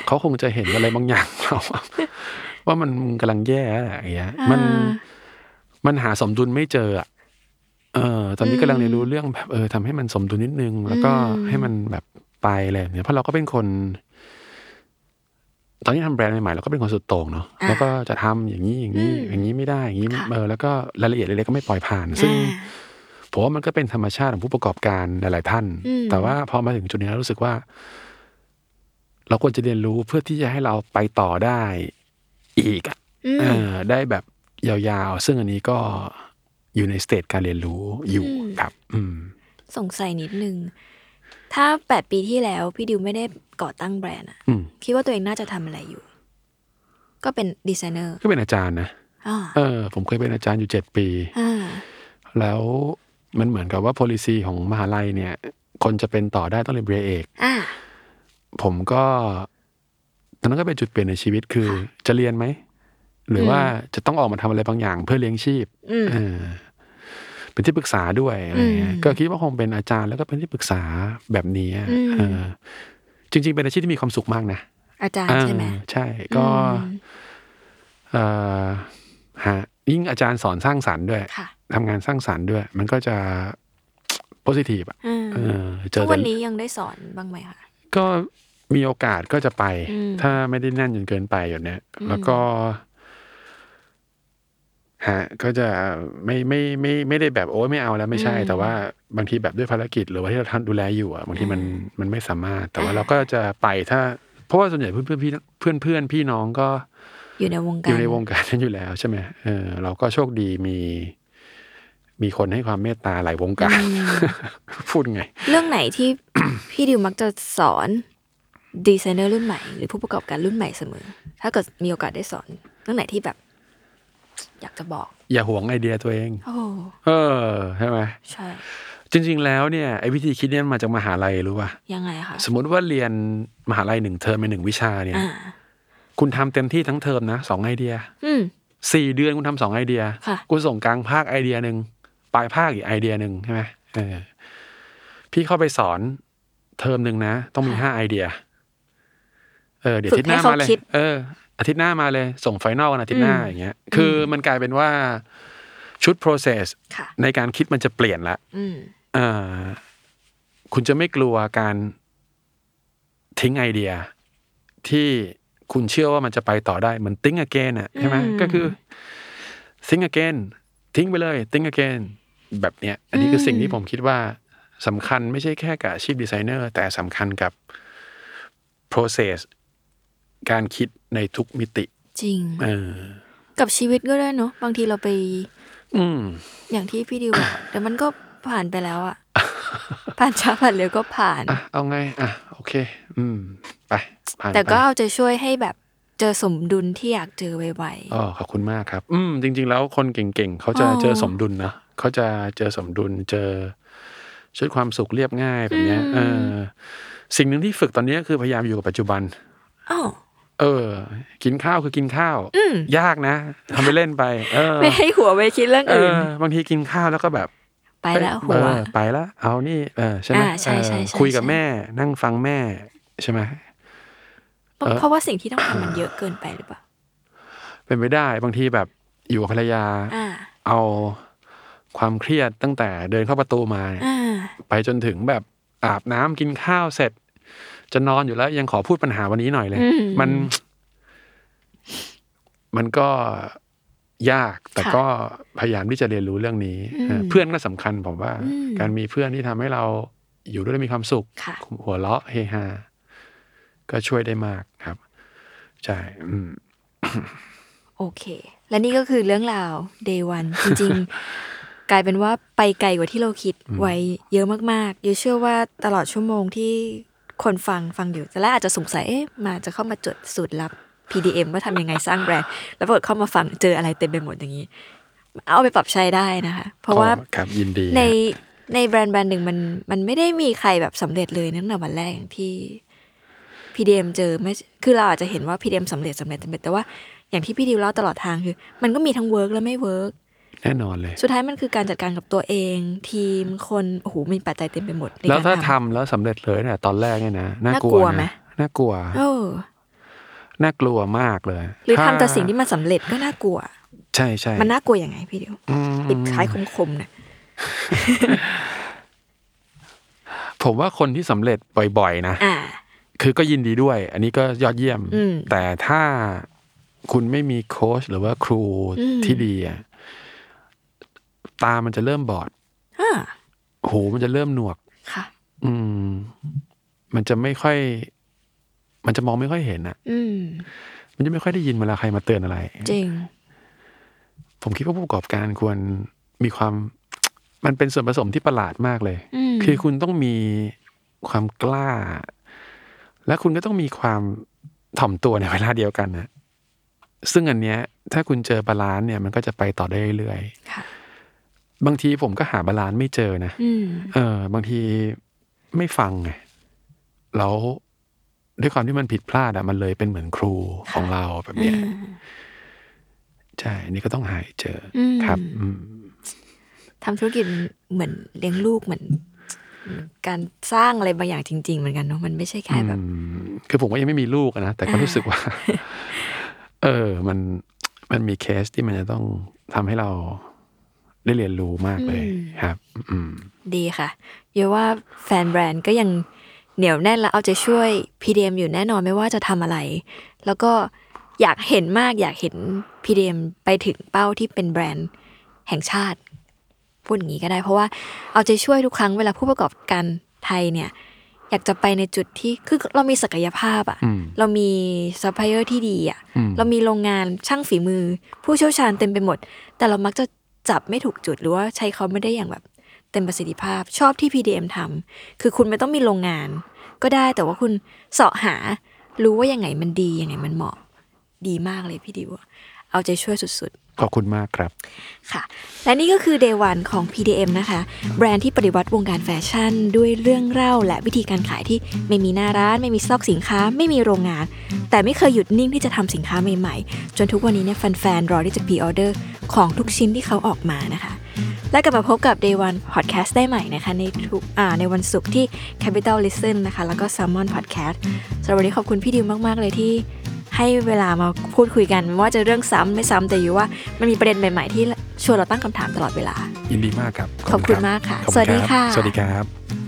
C: เขาคงจะเห็นอะไรบาง อย่างเราอะว่ามันกำลังแย่อะไรอย่างเงี้ย มันมันหาสมดุลไม่เจออ่ะเออ ตอนนี้กำลังเรียนรู้เรื่องแบบเออทำให้มันสมดุลนิดนึง แล้วก็ให้มันแบบไปอะไรแบบเนี้ยเพราะเราก็เป็นคน ตอนนี้ทำแบรนด์ใหม่ๆเราก็เป็นคนสุดโต่งเนาะแล้วก็จะทำอย่างนี้อย่างนี้อย่างนี้ไม่ได้อย่างนี้เออแล้วก็รายละเอียดเล็กๆก็ไม่ปล่อยผ่าน ซึ่ง ผมว่ามันก็เป็นธรรมชาติของผู้ประกอบการหลาย ๆ ท่าน แต่ว่าพอมาถึงจุดนี้แล้วรู้สึกว่า เราควรจะเรียนรู้เพื่อที่จะให้เราไปต่อได้อีกอะเออได้แบบยาวๆ ซึ่งอันนี้ก็อยู่ในสเตจการเรียนรู้อยู่ครับ อืม
B: สงสัยนิดนึง ถ้าแปดปีที่แล้ว พี่ดิวไม่ได้ก่อตั้งแบรนด์อะ
C: อืม
B: คิดว่าตัวเองน่าจะทำอะไรอยู่ ก็เป็นดีไซเนอร์
C: ก็เป็นอาจารย์นะ
B: อ่า
C: เออ ผมเคยเป็นอาจารย์อยู่เจ็ดปี
B: อ่า
C: แล้วมันเหมือนกับว่า policy ของมหาลัยเนี่ย คนจะเป็นต่อได้ต้องเรียนเบียเอก
B: อ่า
C: ผมก็ตอนนั้นก็เป็นจุดเปลี่ยนในชีวิตคือจะเรียนไหม หรือว่าจะต้องออกมาทำอะไรบางอย่างเพื่อเลี้ยงชีพเออเป็นที่ปรึกษาด้วยอะไรเงี้ยก็คิดว่าคงเป็นอาจารย์แล้วก็เป็นที่ปรึกษาแบบนี้เออ จริง ๆ เป็นอาชีพที่มีความสุขมากนะ
B: อาจารย์ใช่ไหม
C: เออใช่ก็เออฮะยิ่งอาจารย์สอนสร้างสรรค์ด้วย
B: ค่ะ
C: ทำงานสร้างสรรค์ด้วย มันก็จะ positive อะ
B: อ่า
C: เออเจ
B: ทุ
C: อแต่
B: กวันนี้ยังได้สอนบ้างไหมคะ
C: ก็มีโอกาสก็จะไป ถ้าไม่ได้แน่นจนเกินไปอยู่เนี้ยแล้วก็ฮะก็จะไม่ไม่ไม่ไม่ได้แบบโอ้ยไม่เอาแล้วไม่ใช่ แต่ว่าบางทีแบบด้วยภารกิจ หรือว่าที่เราท่านดูแลอยู่อ่ะบางทีมันมันไม่สามารถ แต่ว่าเราก็จะไปถ้า เพราะว่าส่วนใหญ่เพื่อนเพื่อนพี่เพื่อนเพื่อนพี่น้องก็
B: อยู่ในวง
C: อ
B: การ
C: ยู่ในวงการนั้นอยู่แล้วใช่ไหมเออเราก็โชคดีมีมีคนให้ความเมตตาหลายวงการ พูดไง
B: เรื่องไหน ที่ พี่ดิวมักจะสอนดีไซเนอร์รุ่นใหม่หรือผู้ประกอบการรุ่นใหม่เสมอ ถ้าเกิดมีโอกาสได้สอน เรื่องไหนที่แบบ อยากจะบอก
C: อย่าหวงไอเดียตัวเอง
B: โอ้
C: เออใช่ไหม
B: ใช่
C: จริง ๆ แล้วเนี่ยไอ้วิธีคิดเนี่ยมันมาจากมหาลัยรู้ป่ะ
B: ยังไงคะ
C: สมมติว่าเรียนมหาลัยหนึ่งเทอมเป็นหนึ่งวิชาเนี่ย
B: อ่า
C: คุณทำเต็มที่ทั้งเทอมนะสองไอเดีย
B: อืม
C: สี่เดือนคุณทำสองไอเดีย
B: ค่ะ
C: คุณส่งกลางภาคไอเดียหนึ่งปลายภาคอีกไอเดียหนึ่งใช่ไหมเออพี่เข้าไปสอนเทอมหนึ่งนะ ต้องมีห้าไอเดีย เออเดี๋ยวอาทิตย์หน้ามาเล
B: ฝึกให้
C: ย
B: เขาคิด
C: เอออาทิตย์หน้ามาเลย ส่งไฟนอลกันอาทิตย์หน้าอย่างเงี้ย คือมันกลายเป็นว่าชุด process
B: ค่ะ
C: ในการคิดมันจะเปลี่ยนละ
B: อืม
C: เอ่อคุณจะไม่กลัวการทิ้งไอเดีย ที่คุณเชื่อว่ามันจะไปต่อได้เหมือน think again อ่ะใช่ไหมก็คือ think again ทิ้งไปเลย think again แบบเนี้ย อันนี้คือสิ่งที่ผมคิดว่าสำคัญไม่ใช่แค่กับอาชีพดีไซเนอร์ แต่สำคัญกับ process การคิดในทุกมิติ
B: จริง
C: เออ
B: กับชีวิตก็ได้เนอะบางทีเราไป
C: อืม
B: อย่างที่พี่ดิวบอกเดี๋ยวมันก็ผ่านไปแล้ว อะ ผ่านช้าผ่านเร็วก็ผ่าน
C: อ่ะ เอาไง อ่ะ โอเค อืม ไปผ่าน
B: แต่
C: ไป
B: ก็เอาใจช่วยให้แบบเจอสมดุลที่อยากเจอไว
C: อ๋อขอบคุณมากครับ อืม จริง ๆ แล้วคนเก่งๆ เขาจะ
B: อ๋อ
C: เจอสมดุลนะเขาจะเจอสมดุล เจอชุดความสุขเรียบง่ายแบบเนี้ยเออ สิ่งหนึ่งที่ฝึกตอนนี้คือพยายามอยู่กับปัจจุบัน
B: ๆอ้าว
C: เออ กินข้าวคือกินข้าว ยากนะทำไปเล่นไป เออ
B: ไม่ให้หัวไปคิดเรื่อง
C: เอ
B: อื่น
C: อบางทีกินข้าวแล้วก็แบบ
B: ไปแล้วหั
C: เอ
B: ว
C: อไปละเอานี่เออใช่ไหม
B: อ่าใช่ใช่
C: เออ
B: ใช่
C: คุยกับ
B: ใช่
C: แม่ นั่งฟังแม่ใช่ไหม
B: เพราะเพราะว่าสิ่งที่ต้องทำมันเยอะเกินไปหรือเปล่า
C: เป็นไปได้บางทีแบบอยู่กับภรรยา
B: อ่า
C: เอาความเครียดตั้งแต่เดินเข้าประตูมา
B: อ่า
C: ไปจนถึงแบบอาบน้ำกินข้าวเสร็จ จะนอนอยู่แล้วยังขอพูดปัญหาวันนี้หน่อยเลย มัน มันก็ยากแต่
B: ค่ะ
C: ก็พยายามที่จะเรียนรู้เรื่องนี้เออเพื่อนก็สำคัญผมว่า การมีเพื่อนที่ทำให้เราอยู่ด้วยแล้วมีความสุข
B: ค่ะ
C: หัวเราะเฮฮาก็ช่วยได้มากครับใช่อืม
B: โอเค และนี่ก็คือเรื่องราว day one จริง ๆ กลายเป็นว่าไปไกลกว่าที่เราคิดไว้เยอะมากๆยูเชื่อว่าตลอดชั่วโมงที่ คนฟังฟังอยู่แต่แรกอาจจะสงสัยเอ๊ะมาจะเข้ามาจดสูตรลับ PDM ว่าทำยังไงสร้างแบรนด์ แล้วปรากฏเข้ามาฟังเจออะไรเต็มไปหมดอย่างนี้ เอาไปปรับใช้ได้นะคะ เพราะว่า
C: อ๋อครับยินดี
B: ใน
C: ฮะ
B: ในแบรนด์แบรนด์หนึ่งมันมันไม่ได้มีใครแบบสำเร็จเลยตั้งแต่วันแรกอย่างที่ PDM เจอไม่คือเราอาจจะเห็นว่า PDM สำเร็จสำเร็จสำเร็จแต่ว่าอย่างที่พี่ดิวเล่าตลอดทางคือ มันก็มีทั้งเวิร์กและไม่เวิร์ก
C: แน่นอนเลย
B: สุดท้ายมันคือการจัดการกับตัวเอง ทีมคนโอ้โหมีปัจจัยเต็มไปหมดใน
C: แล้ว
B: การ
C: ถ้า
B: ท
C: ทำแล้วสำเร็จเลยเนี่ยตอนแรกเนี่ยนะน่ากลั
B: น่ากลั
C: ว
B: วไหม
C: นะน่ากลัว
B: ำเออ
C: น่ากลัวมากเลย
B: หรือ
C: ถ้า
B: ทำแต่สิ่งที่มันสำเร็จก็น่ากลัว
C: ใช่ใช่
B: มันน่ากลัวยังไงพี่ดิว
C: อืม
B: ปิดท้ายคมๆนะ
C: ผมว่าคนที่สำเร็จบ่อยๆนะ
B: อ่า
C: คือก็ยินดีด้วย อันนี้ก็ยอดเยี่ยม
B: อืม
C: แต่ถ้าคุณไม่มีโค้ชหรือว่าครู
B: อืม
C: ที่ดีอะตามันจะเริ่มบอด
B: อ่า
C: หูมันจะเริ่มหนวก
B: ค่ะ
C: อืม มันจะไม่ค่อย มันจะมองไม่ค่อยเห็นอะ
B: อืม
C: มันจะไม่ค่อยได้ยินเวลาใครมาเตือนอะไร
B: จริง
C: ผมคิดว่าผู้ประกอบการควรมีความ มันเป็นส่วนผสมที่ประหลาดมากเลย
B: อืม
C: คือคุณต้องมีความกล้า และคุณก็ต้องมีความถ่อมตัวในเวลาเดียวกันนะซึ่งอันเนี้ย ถ้าคุณเจอบาลานซ์เนี่ย มันก็จะไปต่อได้เรื่อย
B: ค่ะ
C: ๆบางทีผมก็หาบาลานซ์ไม่เจอนะ
B: อืม
C: เออบางทีไม่ฟังไงแล้วด้วยความที่มันผิดพลาดอะมันเลยเป็นเหมือนครูของเราแบบเนี้ยใช่อันนี่ก็ต้องหายเจออ
B: ม
C: ครับ อืม
B: ทำธุรกิจเหมือนเลี้ยงลูกเหมือนเหมือนการสร้างอะไรบางอย่างจริง ๆ เหมือนกันเนาะมันไม่ใช่แค่แบบ
C: อืมคือผมก็ยังไม่มีลูกอะนะ แต่ก็รู้สึก ว่า เออ มันมันมีเคสที่มันจะต้องทำให้เราได้เรียนรู้มากเลย
B: อืม
C: ครับ อืม
B: ดีค่ะเยอะว่าแฟนแบรนด์ก็ยังเหนียวแน่นและเอาใจช่วย PDM อยู่แน่นอนไม่ว่าจะทำอะไร แล้วก็อยากเห็นมากอยากเห็น PDM ไปถึงเป้าที่เป็นแบรนด์แห่งชาติ พูดอย่างนี้ก็ได้เพราะว่าเอาใจช่วยทุกครั้งเวลาผู้ประกอบการไทยเนี่ย อยากจะไปในจุดที่คือเรามีศักยภาพอะ
C: อืม
B: เรามีซัพพลายเออร์ที่ดีอะ
C: อืม
B: เรามีโรงงานช่างฝีมือ ผู้เชี่ยวชาญเต็มไปหมด แต่เรามักจะจับไม่ถูกจุดหรือว่าใช้เขาไม่ได้อย่างแบบ เต็มประสิทธิภาพชอบที่ PDM ทำคือคุณไม่ต้องมีโรงงาน ก็ได้แต่ว่าคุณเสาะหารู้ว่ายังไงมันดียังไงมันเหมาะดีมากเลยพี่ดิวอะเอาใจช่วยสุด ๆ
C: ขอบคุณมากครับ
B: ค่ะและนี่ก็คือ Day One ของ PDM นะคะ แบรนด์ที่ปฏิวัติวงการแฟชั่น ด้วยเรื่องเล่าและวิธีการขายที่ไม่มีหน้าร้าน ไม่มีสต็อกสินค้า ไม่มีโรงงาน แต่ไม่เคยหยุดนิ่งที่จะทำสินค้าใหม่ๆ จนทุกวันนี้เนี่ยแฟนๆ รอที่จะพรีออเดอร์ของทุกชิ้นที่เขาออกมานะคะ และกลับมาพบกับ Day One Podcast ได้ใหม่นะคะ ในทุกอ่าในวันศุกร์ที่ Capital Listen นะคะ แล้วก็ Salmon Podcast สำหรับวันนี้ขอบคุณพี่ดิวมากๆเลยที่ ให้เวลามาพูดคุยกันไม่ว่าจะเรื่องซ้ำไม่ซ้ำแต่อยู่ว่ามันมีประเด็นใหม่ ๆ ที่ชวนเราตั้งคำถามตลอดเวลา
C: ยินดีมากครับ
B: ขอบคุณมากค่ะ
C: รับ
B: สวัสดี
C: รับ
B: ค่ะ
C: สวัสดีครับ